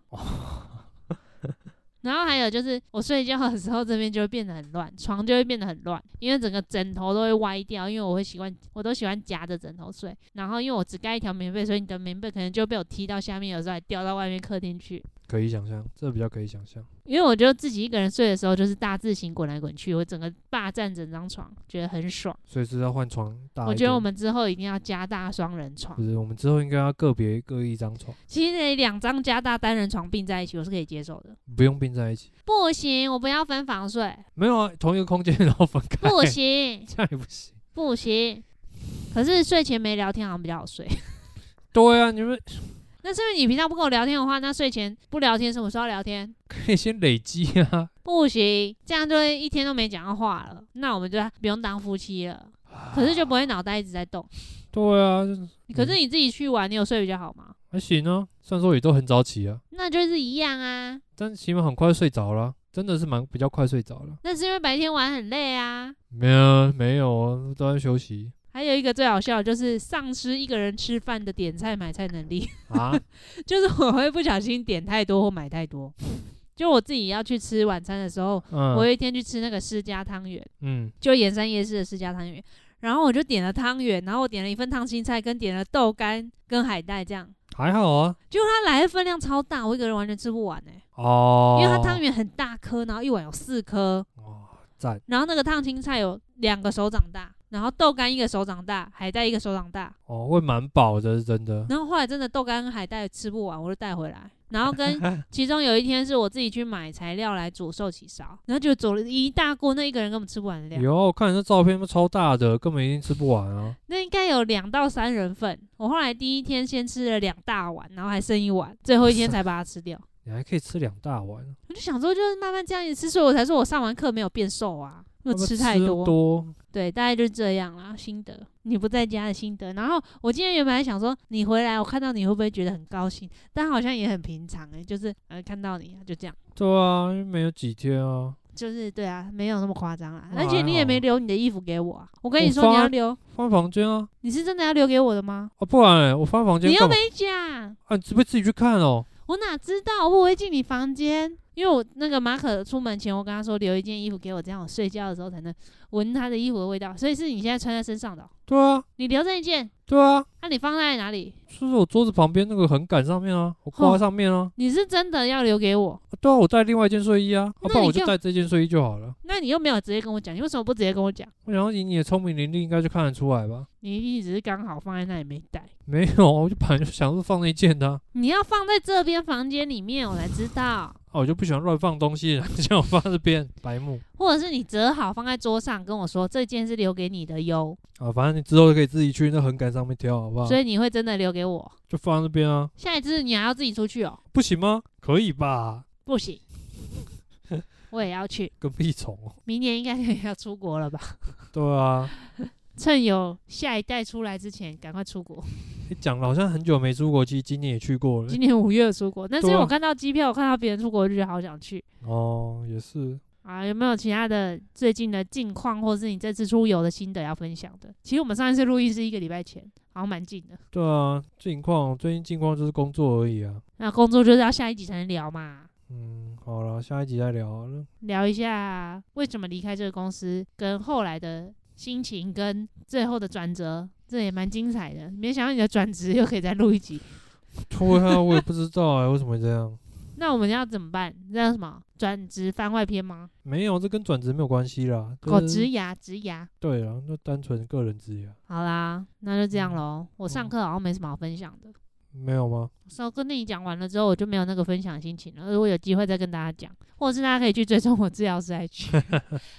Speaker 2: 然后还有就是，我睡觉的时候这边就会变得很乱，床就会变得很乱，因为整个枕头都会歪掉，因为我会习惯，我都喜欢夹着枕头睡。然后因为我只盖一条棉被，所以你的棉被可能就被我踢到下面，有时候还掉到外面客厅去。
Speaker 1: 可以想象，这比较可以想象。
Speaker 2: 因为我就自己一个人睡的时候，就是大字型滚来滚去，我整个霸占整张床，觉得很爽。
Speaker 1: 所以是要换床大一点。
Speaker 2: 我觉得我们之后一定要加大双人床
Speaker 1: 不，是，我们之后应该要个别各一张床，
Speaker 2: 其实两张加大单人床并在一起，我是可以接受的。
Speaker 1: 不用并在一起。
Speaker 2: 不行，我不要分房睡，
Speaker 1: 没有啊，同一个空间 [LAUGHS] 然后分开。
Speaker 2: 不，行，
Speaker 1: 这样也不行。
Speaker 2: 不行。可是睡前没聊天好像比较好睡。 [LAUGHS]
Speaker 1: 对啊，你们
Speaker 2: 那是不是你平常不跟我聊天的话，那睡前不聊天，什么时候聊天？
Speaker 1: [LAUGHS] 可以先累积啊。
Speaker 2: 不行，这样就会一天都没讲到话了。那我们就不用当夫妻了，可是就不会脑袋一直在动。
Speaker 1: 对啊，就是
Speaker 2: 可是你自己去玩，你有睡比较好吗？
Speaker 1: 还行啊。虽然说也都很早起啊，
Speaker 2: 那就是一样啊。
Speaker 1: 但起码很快睡着了啊、真的是蛮比较快睡着了。
Speaker 2: 那是因为白天玩很累啊。
Speaker 1: 没有啊没有啊，都在休 [LAUGHS] 息
Speaker 2: 还有一个最好笑的就是丧失一个人吃饭的点菜买菜能力， [LAUGHS]
Speaker 1: 啊。
Speaker 2: 就是我会不小心点太多或买太多。就我自己要去吃晚餐的时候，我
Speaker 1: 嗯
Speaker 2: 有一天去吃那个世家汤圆，
Speaker 1: 嗯，
Speaker 2: 就盐山夜市的世家汤圆，然后我就点了汤圆，然后我点了一份烫青菜，跟点了豆干跟海带这样。
Speaker 1: 还好啊。
Speaker 2: 结果它来的分量超大，我一个人完全吃不完哎、
Speaker 1: 哦，
Speaker 2: 因为它汤圆很大颗，然后一碗有四颗，
Speaker 1: 哦，赞
Speaker 2: 然后那个烫青菜有两个手掌大，然后豆干一个手掌大，海带一个手掌大，
Speaker 1: 哦，会蛮饱的，是真的。
Speaker 2: 然后后来真的豆干跟海带吃不完，我就带回来。然后跟其中有一天是我自己去买材料来煮寿喜烧，然后就煮了一大锅，那一个人根本吃不完的量，
Speaker 1: 有啊，我看你那照片都超大的，根本一定吃不完啊。
Speaker 2: 那应该有两到三人份。我后来第一天先吃了两大碗，然后还剩一碗，最后一天才把它吃掉。 [LAUGHS]
Speaker 1: 你你还可以吃两大碗，
Speaker 2: 我就想说，就是慢慢这样一直吃，所以我才说我上完课没有变瘦啊，因为
Speaker 1: 会不
Speaker 2: 我
Speaker 1: 会
Speaker 2: 吃太
Speaker 1: 得
Speaker 2: 多。
Speaker 1: 多
Speaker 2: 对，大概就是这样啦，心得。你不在家的心得。然后我今天原本还想说，你回来我看到你会不会觉得很高兴？但好像也很平常诶、就是呃看到你就这样，
Speaker 1: 对啊，因为没有几天啊。
Speaker 2: 就是对啊，没有那么夸张啦。
Speaker 1: 那
Speaker 2: 而且
Speaker 1: 还
Speaker 2: 你也
Speaker 1: 好
Speaker 2: 没留你的衣服给我啊。我跟你
Speaker 1: 哦我
Speaker 2: 说你
Speaker 1: 放
Speaker 2: 要
Speaker 1: 在
Speaker 2: 留，
Speaker 1: 放在房间啊，
Speaker 2: 你是真的要留给我的吗？
Speaker 1: 啊，不然、欸、我放在房间
Speaker 2: 你又
Speaker 1: 干
Speaker 2: 没
Speaker 1: 嘛？
Speaker 2: 讲，
Speaker 1: 啊，你是不是自己去看哦？
Speaker 2: 我哪知道？我不会进你房间，因为我那个马可出门前，我跟他说留一件衣服给我，这样我睡觉的时候才能闻他的衣服的味道。所以是你现在穿在身上的哦、
Speaker 1: 对啊，
Speaker 2: 你留这一件，
Speaker 1: 对啊，
Speaker 2: 那、你放在哪里？
Speaker 1: 就是我桌子旁边那个横杆上面啊，我挂
Speaker 2: 哦
Speaker 1: 在上面啊。
Speaker 2: 你是真的要留给我？
Speaker 1: 啊对啊，我带另外一件睡衣啊，啊
Speaker 2: 那
Speaker 1: 不然
Speaker 2: 你
Speaker 1: 我就
Speaker 2: 就
Speaker 1: 带这件睡衣就好了。
Speaker 2: 那你又没有直接跟我讲，你为什么不直接跟我讲？
Speaker 1: 我想说以你的聪明伶俐，应该就看得出来吧？ [LAUGHS]
Speaker 2: 你一定只是刚好放在那里没带。
Speaker 1: 没有啊，我就本来就想说放那一件的啊、
Speaker 2: 你要放在这边房间里面，我才知道。
Speaker 1: 啊，我就不喜欢乱放东西，叫我放这边，白目
Speaker 2: 或者是你折好放在桌上，跟我说这件是留给你的哟，
Speaker 1: 啊。反正你之后可以自己去那横杆上面挑，好不好？
Speaker 2: 所以你会真的留给我。
Speaker 1: 就放在那边啊，
Speaker 2: 下一次你还要自己出去哦，
Speaker 1: 不行吗？可以吧？
Speaker 2: 不
Speaker 1: [LAUGHS]
Speaker 2: 行，我也要去。
Speaker 1: 跟屁虫 [LAUGHS] 哦。
Speaker 2: 明年应该可以要出国了吧？
Speaker 1: 对啊，
Speaker 2: 趁有下一代出来之前，赶快出国。
Speaker 1: 你讲了好像很久没出国，其实今年也去过了
Speaker 2: 今。年五月出国，但是
Speaker 1: 对啊
Speaker 2: 我看到机票，我看到别人出国，我就觉得好想去
Speaker 1: 哦，也是。
Speaker 2: 啊！有没有其他的最近的近况，或是你这次出游的心得要分享的？其实我们上一次录音是一个礼拜前，好像蛮近的。
Speaker 1: 对啊，近况最近近况就是工作而已啊。
Speaker 2: 那工作就是要下一集才能聊嘛，
Speaker 1: 嗯，好了，下一集再聊好了。
Speaker 2: 聊一下为什么离开这个公司，跟后来的心情，跟最后的转折，这也蛮精彩的。没想到你的转职又可以再录一集，
Speaker 1: 对啊，我也不知道哎、为什么会这样？
Speaker 2: 那我们要怎么办？那叫什么转职番外篇吗？
Speaker 1: 没有，这跟转职没有关系啦。就
Speaker 2: 哦，
Speaker 1: 是
Speaker 2: 职涯职涯。
Speaker 1: 对啊，那单纯个人职业，啊
Speaker 2: 好啦，那就这样
Speaker 1: 嗯
Speaker 2: 喽。我上
Speaker 1: 嗯
Speaker 2: 课好像没什么好分享的。
Speaker 1: 没有吗？
Speaker 2: 稍跟你讲完了之后，我就没有那个分享心情了。如果有机会再跟大家讲，或者是大家可以去追踪我治疗师 IG。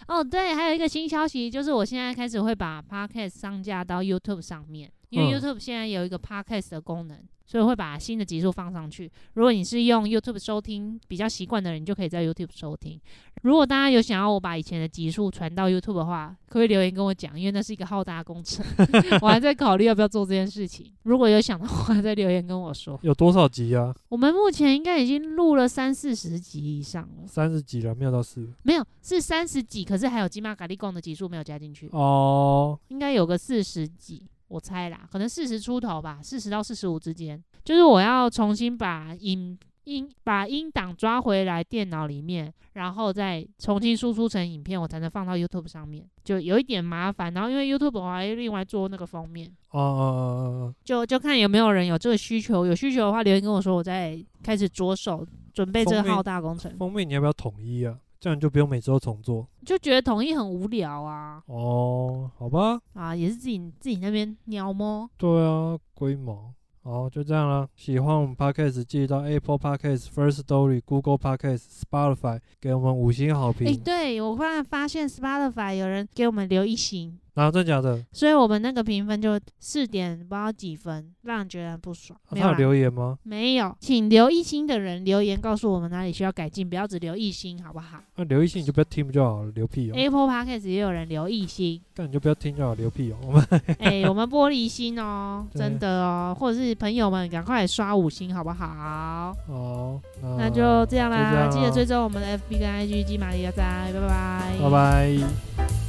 Speaker 2: 哦，对，还有一个新消息就是，我现在开始会把 Podcast 上架到 YouTube 上面，因为
Speaker 1: 嗯
Speaker 2: YouTube 现在有一个 Podcast 的功能，所以会把新的集数放上去。如果你是用 YouTube 收听比较习惯的人，你就可以在 YouTube 收听。如果大家有想要我把以前的集数传到 YouTube 的话，可不可以留言跟我讲？因为那是一个浩大的工程， [LAUGHS] 我还在考虑要不要做这件事情。如果有想的话，再留言跟我说。
Speaker 1: 有多少集啊？
Speaker 2: 我们目前应该已经录了三四十集以上了，
Speaker 1: 三十集了，没有到四
Speaker 2: 没有是三十集，可是还有金马咖喱贡的集数没有加进去，
Speaker 1: 哦。
Speaker 2: 应该有个四十集，我猜啦，可能四十出头吧，四十到四十五之间。就是我要重新把音音把音档抓回来电脑里面，然后再重新输出成影片，我才能放到 YouTube 上面，就有一点麻烦。然后因为 YouTube 我还另外做那个封面，
Speaker 1: 哦哦
Speaker 2: 就就看有没有人有这个需求，有需求的话留言跟我说，我再开始着手准备这
Speaker 1: 封
Speaker 2: 个
Speaker 1: 面
Speaker 2: 浩大工
Speaker 1: 哦，
Speaker 2: 程。
Speaker 1: 封面你要不要统一啊？这样你就不用每周重做
Speaker 2: 就觉得统一很无聊啊
Speaker 1: 哦。好吧，
Speaker 2: 啊，也是自己自己那边鸟摸。
Speaker 1: 对啊，龟毛。好，就这样啦。喜欢我们 podcast，记得到 Apple Podcast、First Story、Google Podcast、Spotify 给我们五星好
Speaker 2: 诶，
Speaker 1: 评。
Speaker 2: 对我突然发现 Spotify 有人给我们留一星，
Speaker 1: 哪有真假的？啊
Speaker 2: 所以我们那个评分就四点不知道几分，让人觉得很不爽。
Speaker 1: 啊
Speaker 2: 没
Speaker 1: 他
Speaker 2: 有
Speaker 1: 有
Speaker 2: 啦，
Speaker 1: 留言吗？
Speaker 2: 没有，请留一星的人留言告诉我们哪里需要改进，不要只留一星，好不好、
Speaker 1: 那、啊留一信你就不要听不就好了，留屁哦、
Speaker 2: a p p l e Podcast 也有人留一
Speaker 1: [LAUGHS]
Speaker 2: 星，
Speaker 1: 干你就不要听就好，留屁哦、我们 [LAUGHS]
Speaker 2: 诶，我们玻璃心哦，
Speaker 1: 对
Speaker 2: 真的哦，或者是朋友们赶快刷五星，好不好？
Speaker 1: 好，
Speaker 2: 那就这样
Speaker 1: 哦就这
Speaker 2: 啦，
Speaker 1: 样
Speaker 2: 记得
Speaker 1: 啦
Speaker 2: 追踪我们的 FB 跟 IG 金马里亚仔，拜拜，
Speaker 1: 拜拜。